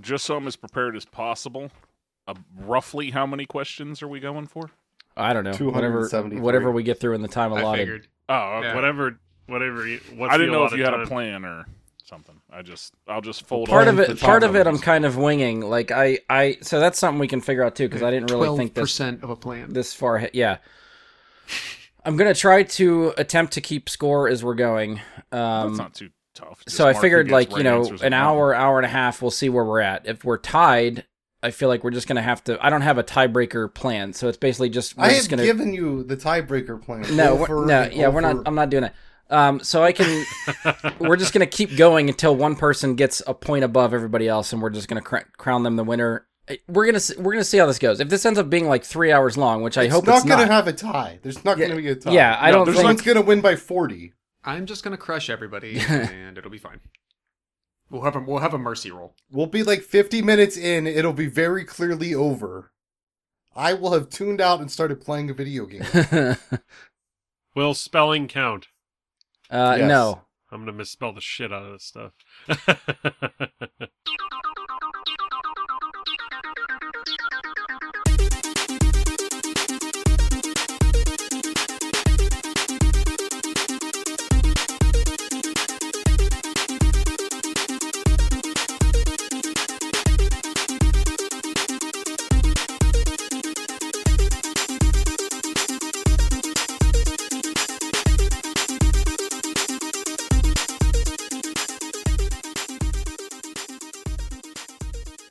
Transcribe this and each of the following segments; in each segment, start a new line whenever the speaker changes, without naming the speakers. just so I'm as prepared as possible, uh, roughly how many questions are we going for?
I don't know. Whatever
273.
whatever we get through in the time
I
allotted.
figured.
Oh,
Yeah.
Uh, Whatever, whatever. You, what's
I didn't
the
know if you had
allotted
a
time?
plan or something. I just, I'll just fold
Part
all-
of
Playing
it
for
part
time
of it I'm
limits.
kind of winging. Like I I so that's something we can figure out too because I didn't really think this
percent of a plan.
this far ahead. Yeah. I'm going to try to attempt to keep score as we're going. Um,
That's not too tough. Just
so I
mark who
figured,
gets
like,
right
you know,
answers
an
and wrong.
hour, hour and a half, we'll see where we're at. If we're tied, I feel like we're just going to have to. I don't have a tiebreaker plan. So it's basically just. We're
I
just
have
gonna,
given you the tiebreaker plan.
No,
Go for
we're, no,
it,
yeah,
go
we're
for
not.
it.
I'm not doing it. Um, so I can. we're just gonna keep going until one person gets a point above everybody else, and we're just gonna cr- crown them the winner. Uh, We're gonna s- we're gonna see how this goes. If this ends up being like three hours long, which I
it's
hope
not
it's
gonna
not.
have a tie. There's not
Yeah,
gonna be a tie.
yeah, I
No,
don't
there's
think.
Someone's gonna win by forty.
I'm just gonna crush everybody, and it'll be fine. We'll have a we'll have a mercy roll.
We'll be like 50 minutes in. It'll be very clearly over. I will have tuned out and started playing a video game.
Will spelling count?
uh,
Yes.
No,
I'm gonna misspell the shit out of this stuff.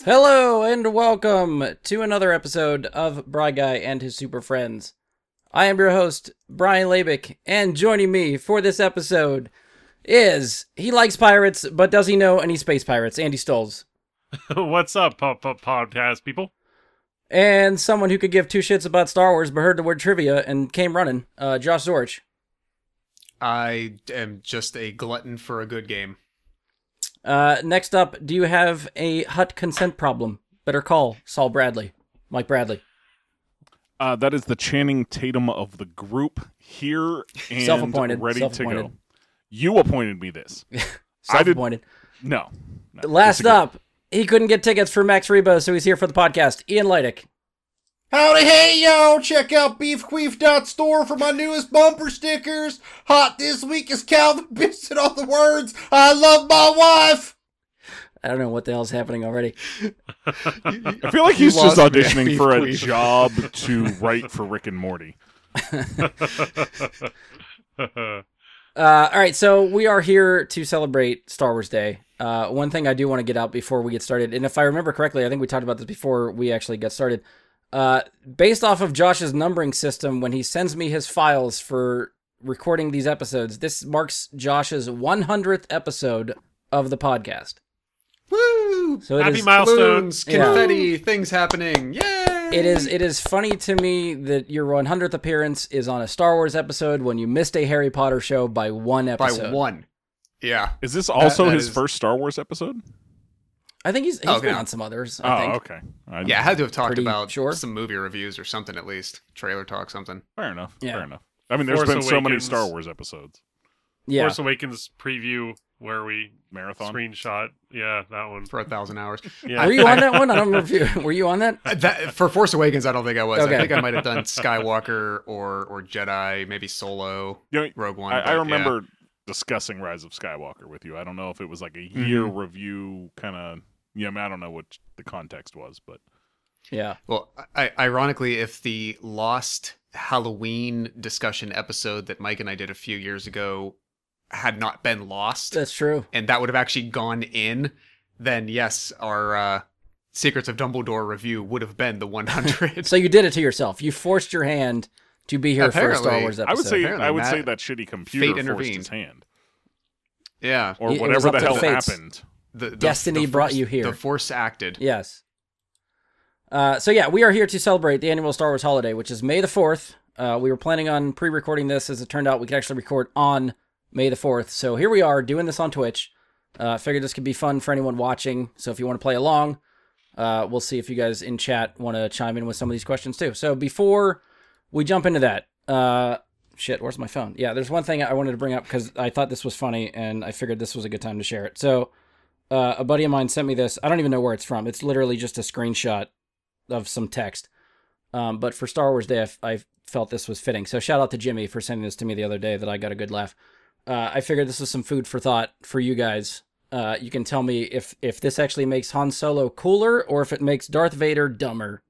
Hello and welcome to another episode of Bry Guy and His Super Friends. I am your host, Brian Labick, and joining me for this episode is he likes pirates, but does he know any space pirates? Andy Stoles.
What's up, pop, pop, podcast people?
And someone who could give two shits about Star Wars but heard the word trivia and came running, uh, Josh Zorich.
I am just a glutton for a good game.
Uh, next up, do you have a hut consent problem? Better call Saul Bradley. Mike Bradley.
Uh, that is the Channing Tatum of the group here and
Self-appointed,
ready to go.
self-appointed.
You appointed me this. I
Self
did-
appointed.
No. no,
Last
disagree.
up, he couldn't get tickets for Max Rebo, so he's here for the podcast. Ian Leidick.
Howdy, hey, yo! Check out beefqueef.store for my newest bumper stickers. Hot this week is Calvin Bitch and all the words. I love my wife.
I don't know what the hell's happening already.
I feel like he's
You
just
lost me at
auditioning
Beef
for a
Queen.
job to write for Rick and Morty.
Uh, all right, so we are here to celebrate Star Wars Day. Uh, one thing I do want to get out before we get started, and if I remember correctly, I think we talked about this before we actually got started. Uh, based off of Josh's numbering system, when he sends me his files for recording these episodes, this marks Josh's 100th episode of the podcast.
Woo!
So it
Happy
is-
milestones.
Balloons, confetti, things happening. Yay!
It is it is funny to me that your 100th appearance is on a Star Wars episode when you missed a Harry Potter show by one
by
episode.
one. Yeah.
Is this also
that
his
is-
first Star Wars episode?
I think he's he's
Oh,
been
good.
on some others. I
Oh,
think.
okay. I-
Yeah, I had to have talked
Pretty
about
sure.
some movie reviews or something at least. Trailer talk, something.
Fair enough.
Yeah.
Fair enough. I mean, there's
Force
been so many
Awakens.
Star Wars episodes.
Yeah.
Force Awakens preview where we
Marathon.
screenshot. Yeah, that one.
For a thousand hours.
Yeah.
Were you on that one? I don't remember if you were you on that.
Uh, That, for Force Awakens, I don't think I was.
Okay.
I think I might have done Skywalker or or Jedi, maybe Solo,
You know,
Rogue One.
I,
but
I
yeah.
remember discussing Rise of Skywalker with you. I don't know if it was like a
Mm-hmm.
year review kind of. Yeah, I, mean, I don't know what the context was, but
Yeah.
Well, I, ironically, if the Lost Halloween discussion episode that Mike and I did a few years ago had not been lost,
That's true.
and that would have actually gone in, then yes, our uh, Secrets of Dumbledore review would have been the 100.
So you did it to yourself. You forced your hand to be here for a Star
Apparently,
Wars episode.
I would say
apparently
I would
Matt-
say that shitty computer forced
intervened.
his hand,
yeah,
or
It- it was
whatever
up
the
to
hell
fates.
happened.
the, the-
Destiny
the
brought
force-
you here.
The Force acted.
Yes. Uh, so yeah, we are here to celebrate the annual Star Wars holiday, which is May the fourth. Uh, we were planning on pre-recording this, as it turned out, we could actually record on May the fourth. So here we are doing this on Twitch. Uh, figured this could be fun for anyone watching. So if you want to play along, uh, we'll see if you guys in chat want to chime in with some of these questions too. So before we jump into that, uh, shit, where's my phone? Yeah, there's one thing I wanted to bring up because I thought this was funny, and I figured this was a good time to share it. So Uh, a buddy of mine sent me this. I don't even know where it's from. It's literally just a screenshot of some text. Um, but for Star Wars Day, I, f- I felt this was fitting. So shout out to Jimmy for sending this to me the other day that I got a good laugh. Uh, I figured this was some food for thought for you guys. Uh, you can tell me if, if this actually makes Han Solo cooler or if it makes Darth Vader dumber.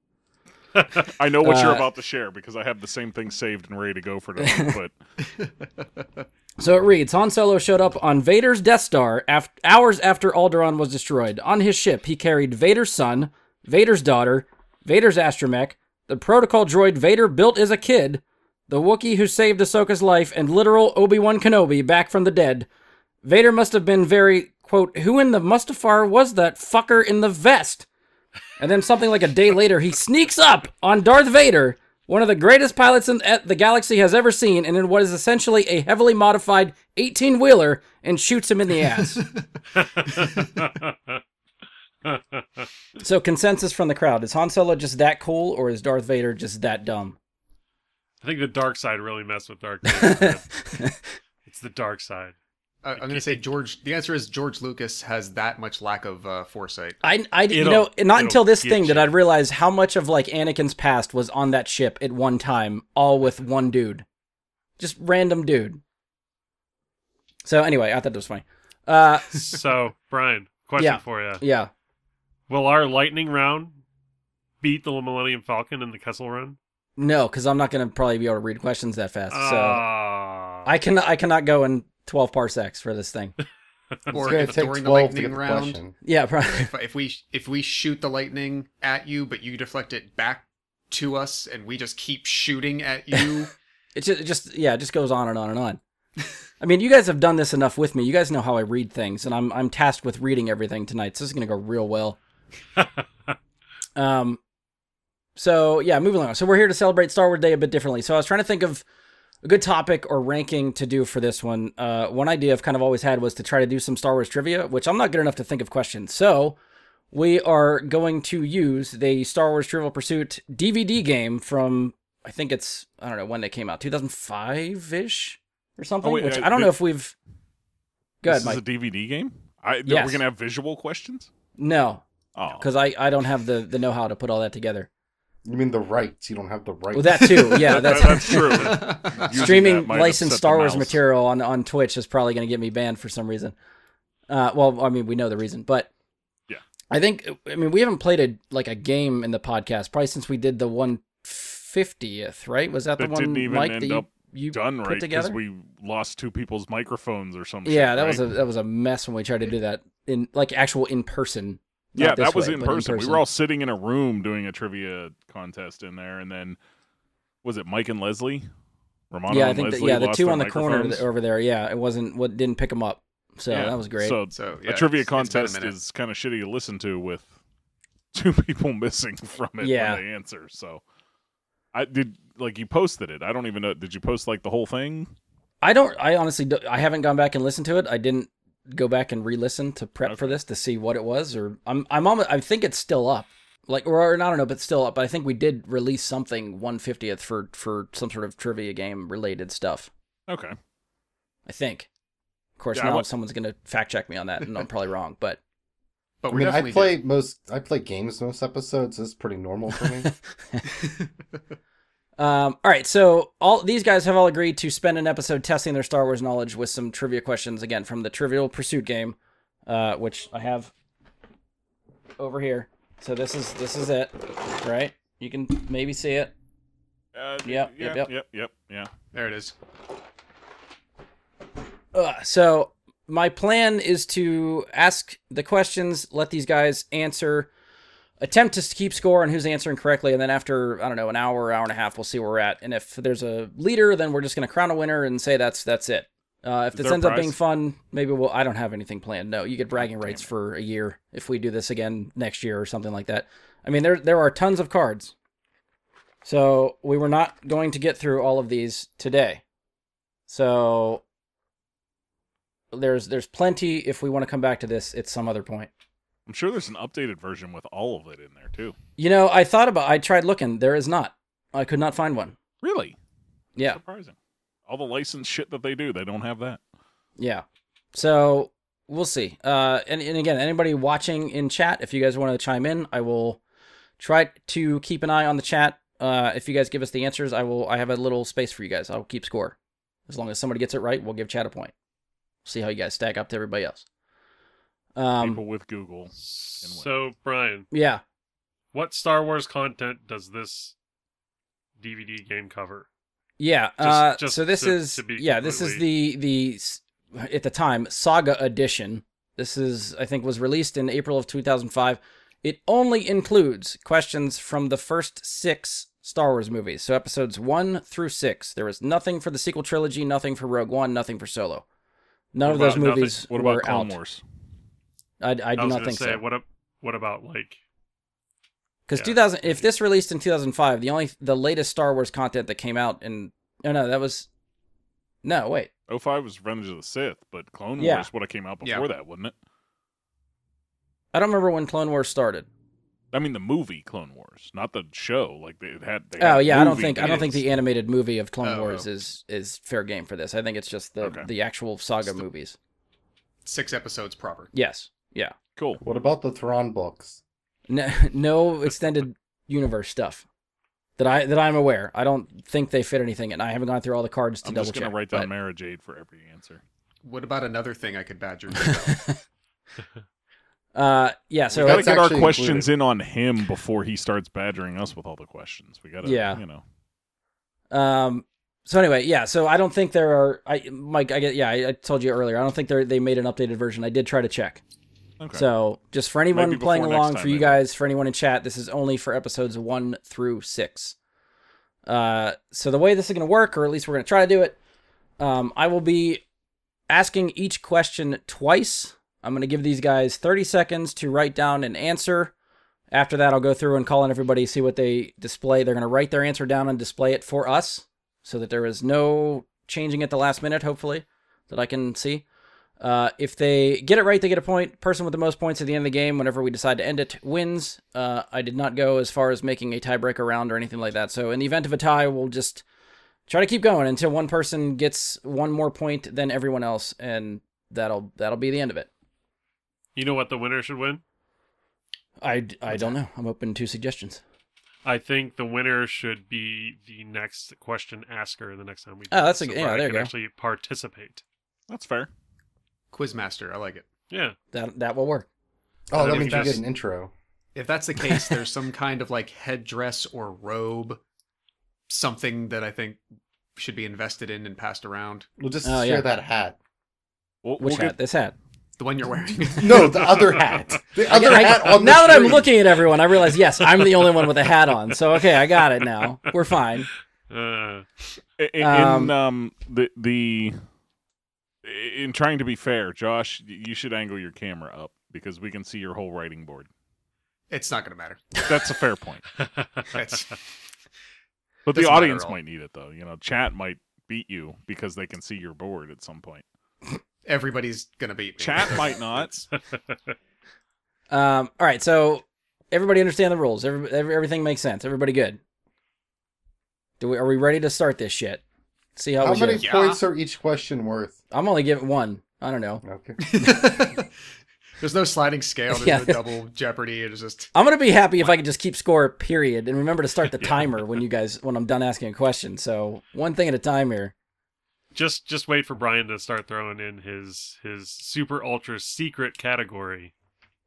I know what you're
Uh,
about to share because I have the same thing saved and ready to go for tonight. but
So it reads Han Solo showed up on Vader's Death Star af- hours after Alderaan was destroyed. On his ship, he carried Vader's son, Vader's daughter, Vader's astromech, the protocol droid Vader built as a kid, the Wookiee who saved Ahsoka's life, and literal Obi Wan Kenobi back from the dead. Vader must have been very, quote, who in the Mustafar was that fucker in the vest? And then something like a day later, he sneaks up on Darth Vader, one of the greatest pilots in, at the galaxy has ever seen, and in what is essentially a heavily modified 18 wheeler, and shoots him in the ass. so, consensus from the crowd is Han Solo just that cool, or is Darth Vader just that dumb?
I think the dark side really messed with Dark Vader. man. it's the dark side.
I, I'm going to say George. The answer is George Lucas has that much lack of uh, foresight.
I, I you
It'll-
know, not
it'll
until this
get
thing did
you.
I realize how much of like Anakin's past was on that ship at one time, all with one dude, just random dude. So anyway, I thought that was funny. Uh,
So, Brian, question
Yeah.
for you.
yeah,
Will our lightning round beat the Millennium Falcon in the Kessel Run?
no, because I'm not gonna probably be able to read questions that fast. So
Ah.
I can I cannot go in 12 parsecs for this thing.
Or
gonna
if
take
during
12
the
to
lightning
get the
round,
question.
Yeah, probably.
if, if we if we shoot the lightning at you, but you deflect it back to us, and we just keep shooting at you,
It just, it just yeah, it just goes on and on and on. I mean, you guys have done this enough with me. You guys know how I read things, and I'm I'm tasked with reading everything tonight. So this is gonna go real well. um, so yeah, moving along. So we're here to celebrate Star Wars Day a bit differently. So I was trying to think of a good topic or ranking to do for this one. Uh, one idea I've kind of always had was to try to do some Star Wars trivia, which I'm not good enough to think of questions. So we are going to use the Star Wars Trivial Pursuit DVD game from I think it's I don't know when they came out, 2005 ish or something.
Oh, wait,
which
uh,
I don't
the-
know if we've. Go
this
ahead,
is
Mike.
a DVD game. I
Yes.
we're gonna have visual questions.
No,
Oh,
because I, I don't have the, the know how to put all that together.
You mean the rights? You don't have the rights.
Well, that too. Yeah,
That- that's
that's,
true. Using that
streaming
might
licensed
upset
Star
the
Wars
mouse.
material on, on Twitch is probably going to get me banned for some reason. Uh, well, I mean, we know the reason, but
Yeah.
I think I mean we haven't played a like a game in the podcast probably since we did the one fiftieth, right? Was that the
That
one
didn't even
Mike
end
that you,
up
you
Done
put
right because
together?
we lost two people's microphones or something.
yeah, that was a that was a mess when we tried to do that in like actual in person. Not
yeah,
this
that was
way,
in,
but
person. We were all sitting in a room doing a trivia contest in there, and then was it Mike and Leslie? Romano
yeah, I
and
think that,
Leslie
yeah, the
lost
two
their
on the corner
microphones.
th- over there. Yeah, it wasn't what didn't pick them up, so
Yeah,
that was great.
So,
so yeah,
a trivia
it's- it's been a
contest
minute.
is kind of shitty to listen to with two people missing from it
Yeah.
when they answer. So I did like you posted it. I don't even know. Did you post like the whole thing?
I don't. I honestly, do, I haven't gone back and listened to it. I didn't go back and re-listen to prep for
Okay.
this to see what it was. Or I'm, I'm almost. I think it's still up. Like, or, or I don't know, but still up. But I think we did release something 150th for for some sort of trivia game related stuff.
Okay.
I think. Of course,
Yeah, I
now
wa-
someone's gonna fact check me on that, and I'm probably wrong. But
I
But we
mean, I
definitely
play most. I play games most episodes. This is pretty normal for me.
Um, all right, so all these guys have all agreed to spend an episode testing their Star Wars knowledge with some trivia questions again from the Trivial Pursuit game, uh, which I have over here. So this is this is it, right? You can maybe see it.
Uh,
Yep,
yeah,
yep, yep.
yep, yep, yeah.
There it is.
Ugh, so my plan is to ask the questions, let these guys answer, attempt to keep score on who's answering correctly, and then after I don't know an hour, hour and a half, we'll see where we're at. And if there's a leader, then we're just gonna crown a winner and say that's that's it. Uh, if
Is
this
there a
ends up
prize?
being fun, maybe we'll. I don't have anything planned. No, you get bragging rights for a year if we do this again next year or something like that. I mean, there there are tons of cards, so we were not going to get through all of these today. So there's there's plenty if we want to come back to this at some other point.
I'm sure there's an updated version with all of it in there too.
You know, I thought about I tried looking, there is not. I could not find one.
Really?
Yeah.
Surprising. All the licensed shit that they do, they don't have that.
Yeah. So we'll see. Uh, and, and again, anybody watching in chat, if you guys want to chime in, I will try to keep an eye on the chat. Uh, if you guys give us the answers, I will. I have a little space for you guys. I'll keep score. As long as somebody gets it right, we'll give chat a point. See how you guys stack up to everybody else.
People
Um,
with Google.
So, Brian,
yeah.
what Star Wars content does this DVD game cover?
Yeah.
Just-
uh,
just
so this
to-
is
to be
yeah. This is the the s- at the time Saga Edition. This is I think was released in April of 2005. It only includes questions from the first six Star Wars movies, so episodes one through six. There was nothing for the sequel trilogy, nothing for Rogue One, nothing for Solo. None
What
of those
about nothing?
movies
What
were
about Clone
out.
Wars?
I, I do not
was gonna
think
say,
so.
What, ab- what about, like,
Because
Yeah.
2000, if this released in 2005, the only the latest Star Wars content that came out in oh no, that was no wait
05 was Revenge of the Sith, but Clone
Yeah.
Wars would have came out
Yeah.
before that, wouldn't it?
I don't remember when Clone Wars started.
I mean, the movie Clone Wars, not the show. Like they had. They had
Oh
a
yeah, I don't
Uh, movie
think I
that
don't think
is-
the animated movie of Clone
Oh,
Wars
oh.
is is fair game for this. I think it's just the
Okay.
the actual saga
Just the-
movies.
Six episodes proper.
Yes, yeah,
cool.
What about the Thrawn books?
no, no extended universe stuff that I that I'm aware. I don't think they fit anything, and I haven't gone through all the cards to
I'm
double
just gonna
check.
write down
but-
Mara Jade for every answer.
What about another thing I could badger you about?
uh, yeah, so
we gotta
That's
get our
actually
questions in on him before he starts badgering us with all the questions. We gotta,
Yeah.
you know,
Um. So anyway, yeah. So I don't think there are. I Mike, I get. Yeah, I, I told you earlier. I don't think they they made an updated version. I did try to check.
okay.
So just for anyone
Maybe
playing
before next
along,
time,
for you
maybe.
guys, for anyone in chat, this is only for episodes one through six. Uh, so the way this is going to work, or at least we're going to try to do it, um, I will be asking each question twice. I'm going to give these guys 30 seconds to write down an answer. After that, I'll go through and call on everybody, see what they display. They're going to write their answer down and display it for us so that there is no changing at the last minute, hopefully, that I can see. Uh, if they get it right, they get a point. Person with the most points at the end of the game, whenever we decide to end it, wins. Uh, I did not go as far as making a tiebreaker round or anything like that. So in the event of a tie, we'll just try to keep going until one person gets one more point than everyone else, and that'll that'll be the end of it.
you know what the winner should win?
I, I don't know. I'm open to suggestions.
I think the winner should be the next question asker the next time we. do
Oh, that's
this,
a-
so
yeah,
Brian
there you
can
go.
Actually, participate.
That's fair.
Quizmaster, I like it.
Yeah,
That that will work.
Oh,
And
that
if
means you
that's-
get an intro.
If that's the case, there's some kind of like headdress or robe, something that I think should be invested in and passed around.
We'll just
Oh,
share
yeah.
that hat.
We'll,
Which
we'll
hat? This hat.
The one you're wearing.
No, the other hat. The other
I-
hat on the
now that I'm
screen.
looking at everyone, I realize yes, I'm the only one with a hat on. So okay, I got it now. We're fine.
uh,
Get, in
Um,
um, the the in trying to be fair, Josh, y- you should angle your camera up because we can see your whole writing board.
It's not gonna matter.
That's a fair point.
It's,
But the
Doesn't matter at
audience
all.
might need it though. You know, chat might beat you because they can see your board at some point.
everybody's gonna beat me.
Chat might not.
Um, all right, so everybody understand the rules. Every, every, everything makes sense. Everybody good. Do we are we ready to start this shit? See how,
How
we
many
do.
Yeah.
points are each question worth?
I'm only giving one. I don't know.
Okay.
there's no sliding scale. There's
Yeah.
no double jeopardy. It's just
I'm gonna be happy if I can just keep score. Period, and remember to start the timer when you guys when I'm done asking a question. So one thing at a time here.
just just wait for Brian to start throwing in his his super ultra secret category.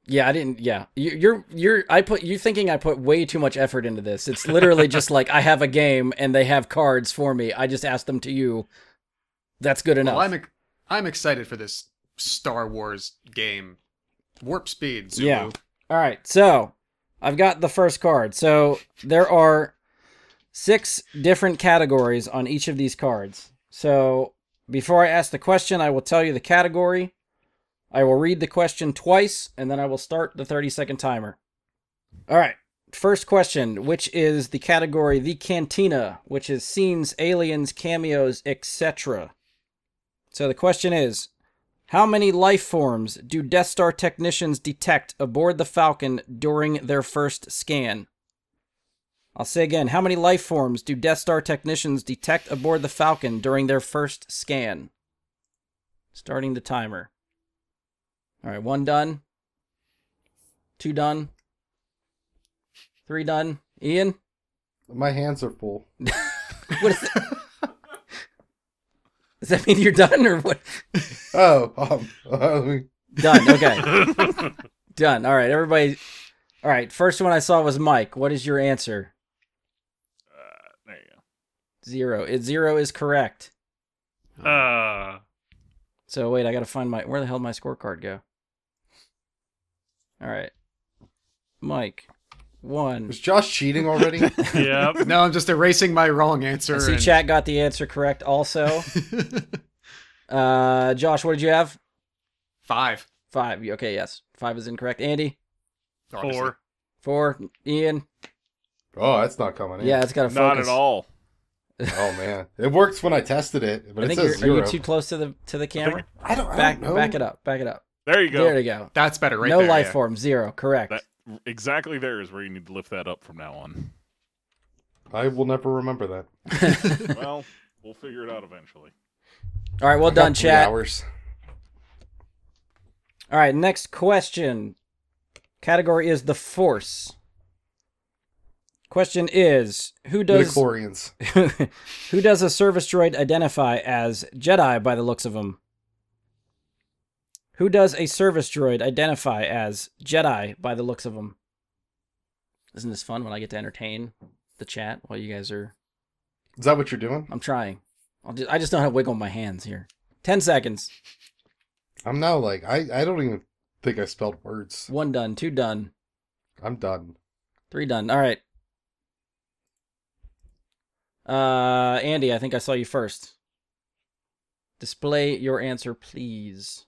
Yeah, I didn't. Yeah, you, you're you're. I put you thinking I put way too much effort into this. It's literally just like I have a game and they have cards for me. I just ask them to you. That's good enough.
well, I'm ec- I'm excited for this Star Wars game. Warp speed, Zulu.
Yeah. All right, so I've got the first card. So there are six different categories on each of these cards. So before I ask the question, I will tell you the category. I will read the question twice, and then I will start the 30 second timer. All right, first question, which is the category The Cantina, which is scenes, aliens, cameos, etc. So the question is how many life forms do Death Star technicians detect aboard the Falcon during their first scan? I'll say again, how many life forms do Death Star technicians detect aboard the Falcon during their first scan? Starting the timer. All right, one done. Two done. Three done. Ian,
My hands are full.
what is that? Does that mean you're done or what?
Oh, um, um,
Done. Okay.
Uh,
done. All right, everybody. All right, first one I saw was Mike. What is your answer?
Uh, There you go.
Zero. It, zero is correct.
uh,
So wait, I gotta find my where the hell did my scorecard go? All right, Mike, one.
was Josh cheating already?
yeah.
no, I'm just erasing my wrong answer.
I see
and-
chat got the answer correct. Also, uh, Josh, what did you have?
Five.
Five. Okay, yes, five is incorrect. Andy,
obviously.
Four.
four. Ian,
oh, that's not coming in.
yeah, it's got to focus.
Not at all.
Oh man, it works when I tested it, but
I
it
think
says
you're, are
zero.
you too close to the to the camera?
I don't. I
Back
don't know.
back it up. Back it up.
There you go.
There you go.
That's better, right
no
there,
life
yeah.
form. Zero. Correct.
That- Exactly there is where you need to lift that up from now on.
I will never remember that.
well, we'll figure it out eventually.
all right, well
I got
done,
three
chat.
Hours.
All right, next question. Category is the Force. Question is who does
Midichlorians.
who does a service droid identify as Jedi by the looks of them? Who does a service droid identify as Jedi by the looks of them? Isn't this fun when I get to entertain the chat while you guys are?
Is that what you're doing?
I'm trying. I'll just, I just don't have wiggle in my hands here. Ten seconds.
I'm now like I. I don't even think I spelled words.
One done. Two done.
I'm done.
Three done. All right. Uh, Andy, I think I saw you first. Display your answer, please.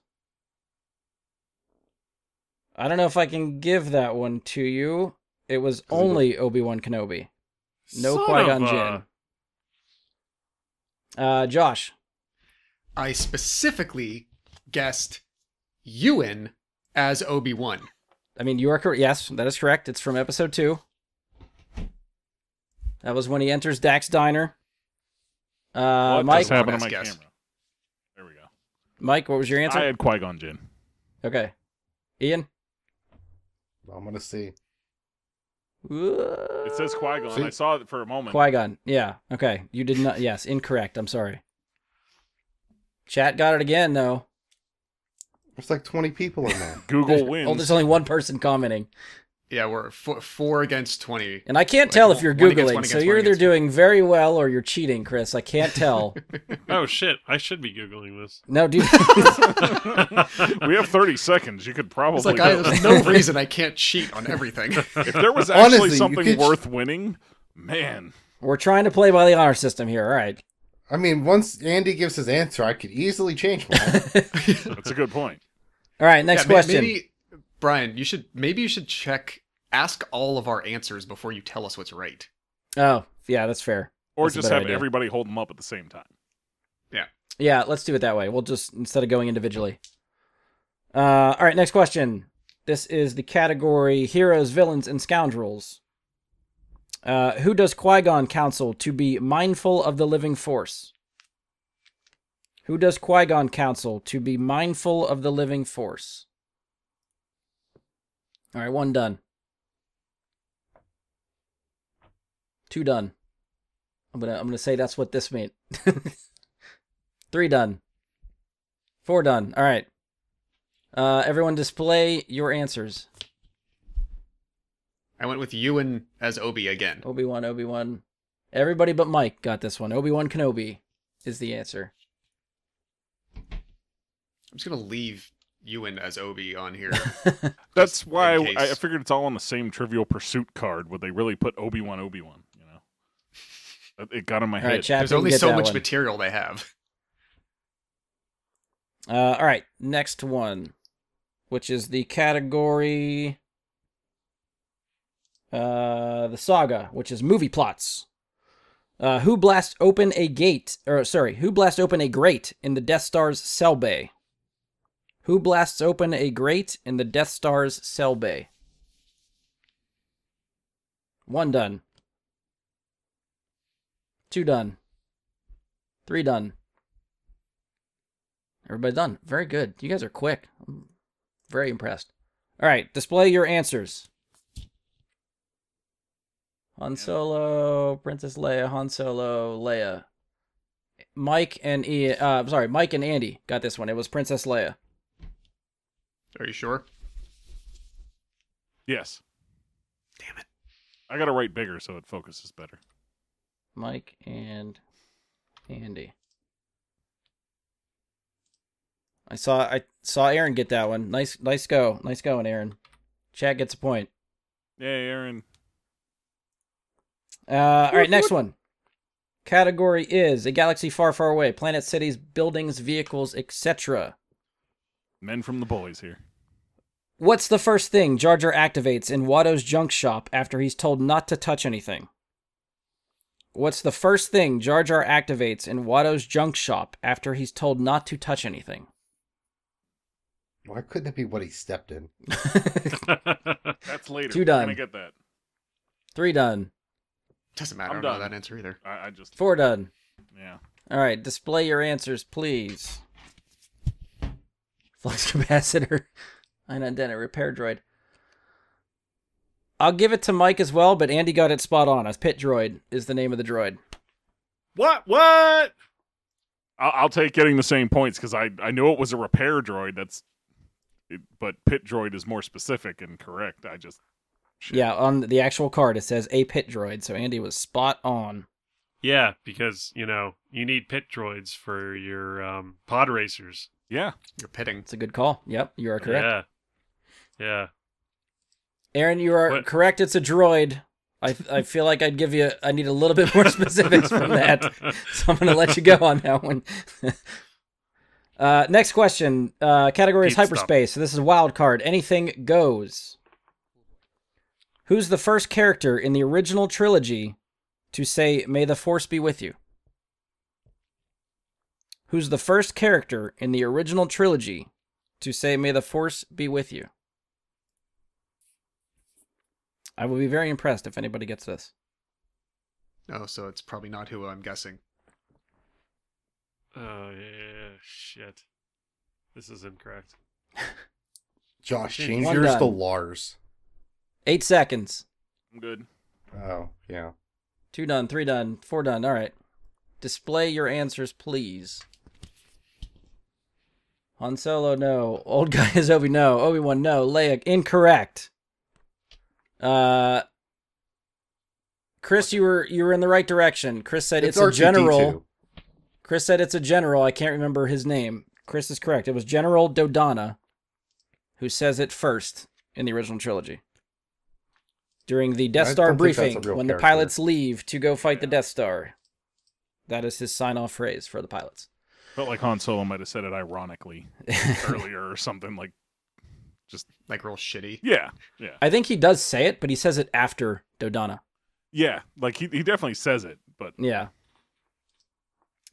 I don't know if I can give that one to you. It was
it go-
only Obi Wan Kenobi. No
Son
Qui Gon
of a-
Jinn. Uh, Josh.
I specifically guessed Ewan as Obi Wan.
I mean, you are correct. Yes, that is correct. It's from episode two. That was when he enters Dax Diner. Uh,
what
Mike.
just happened to my
Guess.
camera? There we go.
Mike, what was your answer?
I had Qui Gon Jinn.
Okay. Ian?
I'm gonna see.
It says Qui Gon.
See?
I saw it for a moment.
Qui Gon. Yeah. Okay. You did not. Yes. Incorrect. I'm sorry. Chat got it again, though.
There's like 20 people in there.
Google
Oh, there's
wins.
only one person commenting.
Yeah, we're four, four against 20.
And I can't
Like,
tell if
one-
you're
one against
Googling.
one
so
against
you're
one
either
against
doing very well or you're cheating, Chris. I can't tell.
Oh shit! I should be googling this.
no, dude.
we have 30 seconds. You could probably.
It's like, I,
go.
there's no reason I can't cheat on everything.
if there was
Honestly,
actually
you
something
could-
worth winning, man.
We're trying to play by the honor system here. All right.
I mean, once Andy gives his answer, I could easily change mine.
That's a good point.
All right. Next
Yeah, ma-
question.
Maybe, Brian, you should maybe you should check ask all of our answers before you tell us what's right.
Oh, yeah. That's fair.
Or
That's a
just
better
have
idea.
everybody hold them up at the same time.
Yeah, let's do it that way. We'll just instead of going individually. Uh, all right, next question. This is the category heroes, villains, and scoundrels. Uh, who does Qui Gon counsel to be mindful of the living force? Who does Qui Gon counsel to be mindful of the living force? All right, one done. Two done. I'm gonna I'm gonna say that's what this meant. Three done. Four done. All right. Uh, everyone, display your answers.
I went with Ewan as Obi again.
Obi Wan, Obi Wan. Everybody but Mike got this one. Obi Wan Kenobi is the answer.
I'm just gonna leave Ewan as Obi on here.
That's why
in
I,
case.
I figured it's all on the same Trivial Pursuit card. Would they really put Obi Wan Obi Wan? You know, It- it got in my
All
head.
right, chat.
There's
people
only
get
so
that
much
one.
material they have.
Uh, all right, next one, which is the category, uh, the saga, which is movie plots. Uh, who blast open a gate, or sorry, who blast open a grate in the Death Star's cell bay? Who blasts open a grate in the Death Star's cell bay? One done. Two done. Three done. Everybody done. Very good. You guys are quick. I'm very impressed. All right, display your answers. Han Solo, Princess Leia, Han Solo, Leia. Mike and e, uh, I'm sorry, Mike and Andy got this one. It was Princess Leia.
Are you sure?
Yes.
Damn it.
I got to write bigger so it focuses better.
Mike and Andy. I saw I saw Aaron get that one. Nice nice go. Nice going, Aaron. Chad gets a point.
Yeah, Aaron.
Uh, all right, next one. Category is a galaxy far, far away. Planet, cities, buildings, vehicles, etc.
Men from the bullies here.
What's the first thing Jar Jar activates in Watto's junk shop after he's told not to touch anything? What's the first thing Jar Jar activates in Watto's junk shop after he's told not to touch anything?
Why couldn't it be what he stepped in?
That's later.
Two
We're
done.
gonna get that.
Three done.
Doesn't matter.
I'm
I don't know
done.
that answer either.
I, I just
Four done.
yeah.
All right, display your answers, please. Flux capacitor, unidentified repair droid. I'll give it to Mike as well, but Andy got it spot on. A pit droid is the name of the droid.
What? What? I'll, I'll take getting the same points because I I knew it was a repair droid. That's, it, but pit droid is more specific and correct. I just Shit.
Yeah, on the actual card it says a pit droid, so Andy was spot on.
yeah, because you know you need pit droids for your um, pod racers.
yeah.
You're pitting.
It's a good call. Yep, you are correct.
Yeah, yeah.
Aaron, you are
What-
correct. It's a droid. I, I feel like I'd give you. I need a little bit more specifics from that, so I'm going to let you go on that one. uh, next question. Uh, category is
Pete, stop.
hyperspace. So this is wild card. Anything goes. Who's the first character in the original trilogy to say "May the Force be with you"? Who's the first character in the original trilogy to say "May the Force be with you"? I will be very impressed if anybody gets this.
Oh, so it's probably not who I'm guessing.
Oh yeah, shit. This is incorrect.
Josh,
Jeez.
change
One
yours to
done.
Lars.
Eight seconds.
I'm good.
Oh, yeah.
Two done, three done, four done. All right. Display your answers, please. Han Solo, no. Old guy is Obi, no. Obi Wan, no. Leia, incorrect. Uh, Chris, you were you were in the right direction. Chris said it's, a
R2D2.
general. Chris said it's a general. I can't remember his name. Chris is correct. It was General Dodonna who says it first in the original trilogy. During the Death
I
Star
don't think that's a
briefing,
real
when the
character.
pilots leave to go fight the Death Star, that is his sign off phrase for the pilots.
Felt like Han Solo might have said it ironically earlier or something. Like
Like real shitty.
yeah, yeah,
I think he does say it, but he says it after Dodonna.
yeah. Like he he definitely says it, but
Yeah.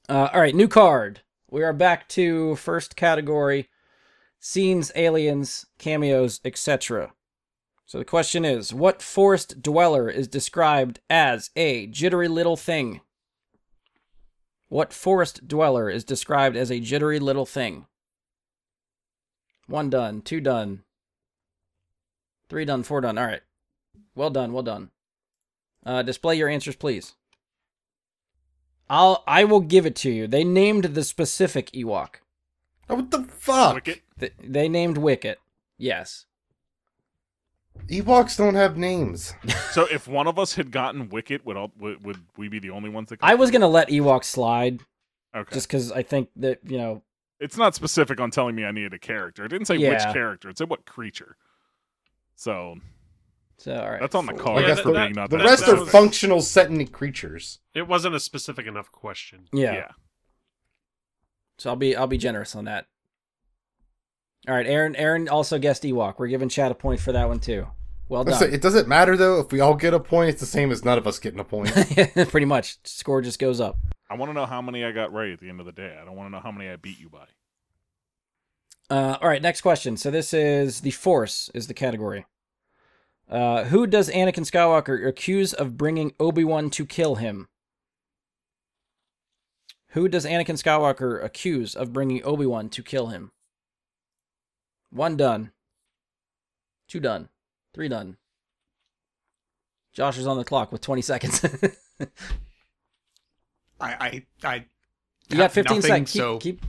Uh, all right, new card. We are back to first category scenes, aliens, cameos, etc. So the question is what forest dweller is described as a jittery little thing? What forest dweller is described as a jittery little thing? One done, two done, three done, four done. All right. Well done, well done. Uh, display your answers, please. I'll I will give it to you. They named the specific Ewok.
Oh, what the fuck?
Wicket.
They, they named Wicket. Yes.
Ewoks don't have names.
So if one of us had gotten Wicket, would all would, would we be the only ones that? Got
I was gonna let Ewok slide
Okay.
just because I think that you know
it's not specific on telling me I needed a character. It didn't say which
Yeah.
character. It said what creature. So
so all right.
that's on the
Four.
card.
Yeah,
for
that-
being not
The
that
rest are
specific.
functional sentient creatures.
It wasn't a specific enough question.
Yeah.
yeah.
So I'll be I'll be generous on that. All right, Aaron Aaron also guessed Ewok. We're giving Chad a point for that one too. Well
So
done.
it doesn't matter though if we all get a point. It's the same as none of us getting a point.
Pretty much. Score just goes up.
I want to know how many I got right at the end of the day. I don't want to know how many I beat you by.
Uh, all right, next question. So this is the Force is the category. Uh, who does Anakin Skywalker accuse of bringing Obi Wan to kill him? Who does Anakin Skywalker accuse of bringing Obi Wan to kill him? One done. Two done. Three done. Josh is on the clock with 20 seconds.
I I I
you
have
got 15
nothing,
seconds. Keep,
So
keep.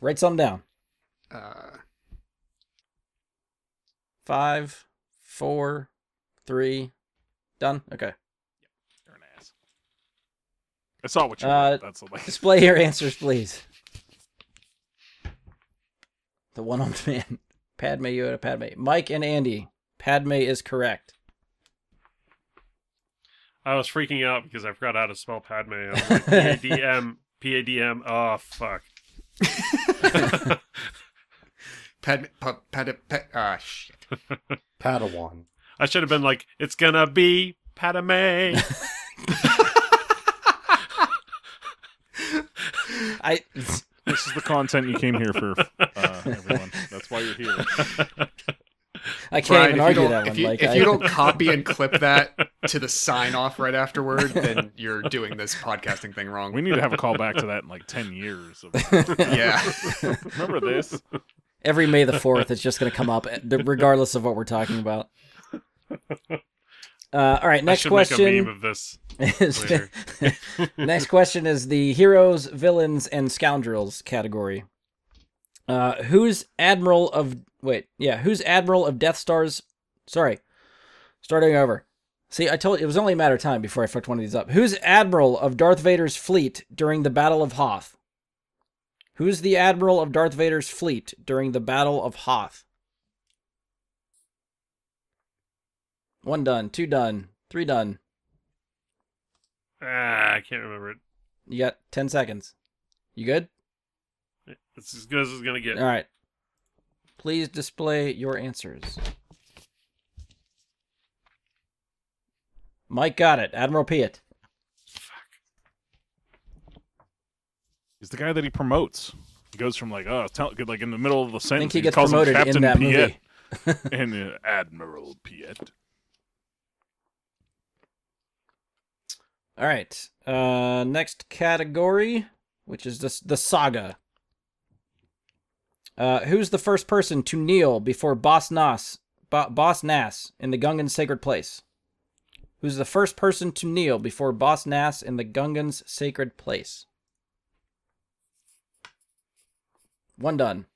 Write something down.
uh,
Five, four, three. Done. Okay.
You're an ass. I saw what you.
Uh,
wrote. That's like
Display your answers, please. The one armed man. Padme, Yoda, Padme. Mike and Andy. Padme is correct.
I was freaking out because I forgot how to spell Padme. I was like, P-A-D-M, P-A-D-M, oh, fuck.
pad, pad, pad, pad, ah, shit.
Padawan.
I should have been like, it's gonna be Padme.
I
this is the content you came here for, uh, everyone. That's why you're here.
I can't even
Brian, if you
argue
don't,
that one.
if you,
like,
if
I,
you don't copy and clip that to the sign off right afterward, then you're doing this podcasting thing wrong.
We need to have a call back to that in like ten years. Of,
yeah.
remember this?
every May the fourth, it's just going to come up, regardless of what we're talking about. Uh, all right,
I
next
should
question.
make a meme of this.
is-
Later.
Next question is the heroes, villains, and scoundrels category. Uh, who's admiral of wait, yeah, who's admiral of Death Star's? Sorry, starting over. See, I told you it was only a matter of time before I fucked one of these up. Who's admiral of Darth Vader's fleet during the Battle of Hoth? Who's the admiral of Darth Vader's fleet during the Battle of Hoth? One done, two done, three done.
Ah, I can't remember it.
You got 10 seconds. You good?
It's as good as it's gonna get.
All right. Please display your answers. Mike got it. Admiral Piet.
He's the guy that he promotes. He goes from like oh, tell, like in the middle of the
I
sentence,
think he gets
calls
promoted
him Captain
in that
Piet
movie.
and uh, Admiral Piet.
All right. Uh, next category, which is this the saga. Uh, who's the first person to kneel before Boss Nas, Bo- Boss Nass in the Gungan's sacred place? Who's the first person to kneel before Boss Nass in the Gungan's sacred place? One done.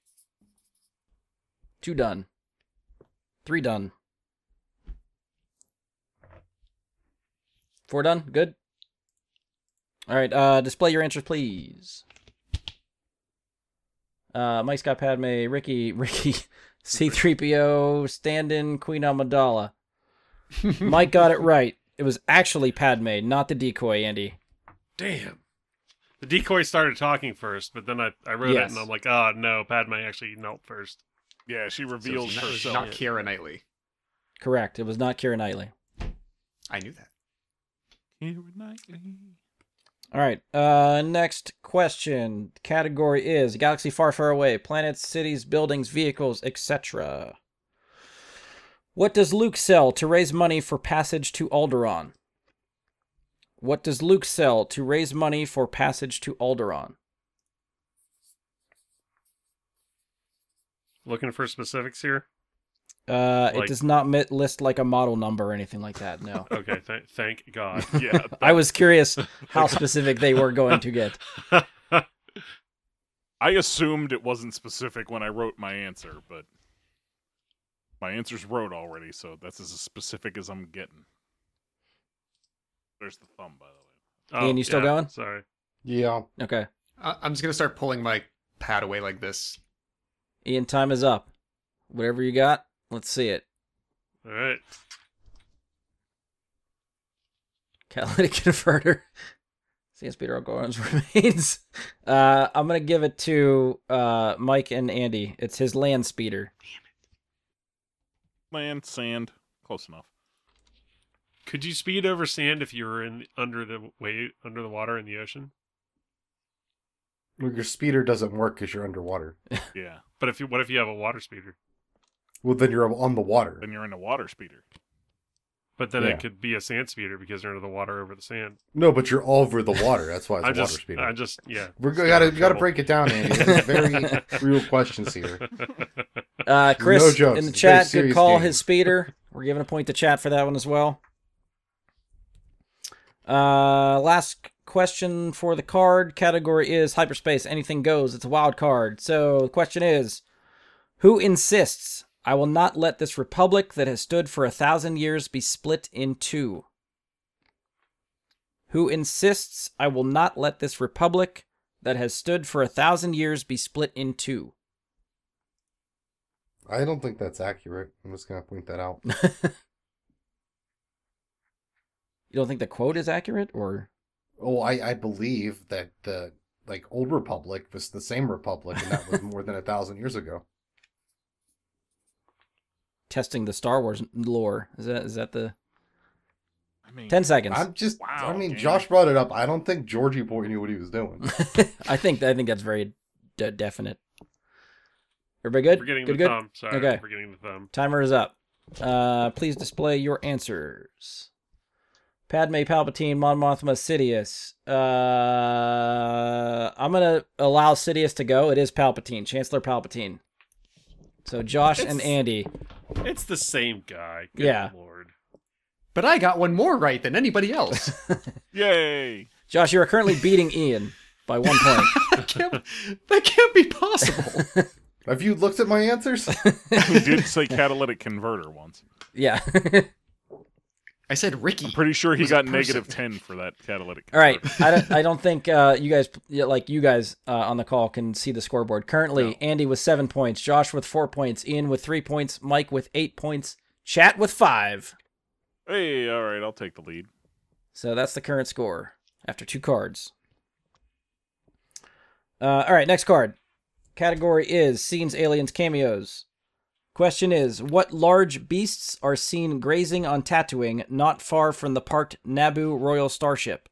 Two done. Three done. Four done. Good. All right. Uh, display your answers, please. Uh, Mike Scott Padme, Ricky, Ricky, C3PO, Standin, Queen Amidala. Mike got it right. It was actually Padme, not the decoy, Andy.
Damn. The decoy started talking first, but then I, I wrote
Yes.
it and I'm like, oh no, Padme actually knelt first.
Yeah, she
So
revealed
it's not,
herself.
not Kira Knightley.
Correct. It was not Kira Knightley.
I knew that.
Keira Knightley.
All right. Uh, next question category is galaxy far, far away, planets, cities, buildings, vehicles, etc. What does Luke sell to raise money for passage to Alderaan? What does Luke sell to raise money for passage to Alderaan?
Looking for specifics here.
Uh, it
Like-
does not mi- list like a model number or anything like that. No,
Okay, th- thank God.
Yeah,
I was curious how specific they were going to get.
I assumed it wasn't specific when I wrote my answer, but my answer's wrote already, so that's as specific as I'm getting. There's the thumb, by the
Oh,
Ian, you still
yeah,
going?
Sorry.
Yeah.
Okay,
I, I'm just gonna start pulling my pad away like this.
Ian, time is up. Whatever you got, let's see it.
All right.
catalytic converter. CSP Dark Gorons remains. Uh, I'm gonna give it to uh, Mike and Andy. It's his land speeder.
way. Land, sand, close enough.
Could you speed over sand if you were in under the way under the water in the ocean?
Well, your speeder doesn't work because you're underwater.
Yeah,
But if you what if you have a water speeder?
Well, then you're on the water.
then you're in a water speeder.
But then
Yeah.
it could be a sand speeder because you're under the water over the sand.
No, but you're over the water. That's why it's a
I
water
just
speeder.
I just yeah.
We're
still
gotta
in
gotta
trouble.
break it down, Andy. There's very real questions here.
Uh, Chris
No jokes.
in the
It's a
chat,
very
good
serious
call.
game.
His speeder. We're giving a point to chat for that one as well. Uh, last question for the card category is hyperspace. Anything goes. It's a wild card. So the question is, who insists I will not let this republic that has stood for a thousand years be split in two? Who insists I will not let this republic that has stood for a thousand years be split in two?
I don't think that's accurate. I'm just gonna point that out.
You don't think the quote is accurate, or
Oh, I, I believe that the like old republic was the same republic, and that was more than a thousand years ago.
testing the Star Wars lore? Is that is that the
I mean,
ten seconds?
I'm just. I
Wow,
mean,
damn.
Josh brought it up. I don't think Georgie Boy knew what he was doing.
I think I think that's very de- definite. Everybody good?
Forgetting
good,
the
good.
thumb. Sorry,
Okay.
forgetting the thumb.
Timer is up. Uh, please display your answers. Padme Palpatine, Mon Mothma, Sidious. Uh, I'm gonna allow Sidious to go. It is Palpatine, Chancellor Palpatine. So Josh and
It's-
Andy.
It's the same guy. Good
Yeah.
Lord.
But I got one more right than anybody else.
Yay!
Josh, you are currently beating Ian by one point.
that, can't, that can't be possible.
Have you looked at my answers?
We did say catalytic converter once.
Yeah.
I said Ricky.
I'm pretty sure he
Was a
got
person.
negative ten for that catalytic.
All right.
converter.
I don't, I don't think uh, you guys, yeah, like you guys uh, on the call, can see the scoreboard. Currently, Andy with seven points, Josh with four points, Ian with three points, Mike with eight points, Chat with five.
Hey, all right, I'll take the lead.
So that's the current score after two cards. Uh, all right, next card. Category is scenes, aliens, cameos. Question is What large beasts are seen grazing on Tatooine not far from the parked Naboo Royal Starship?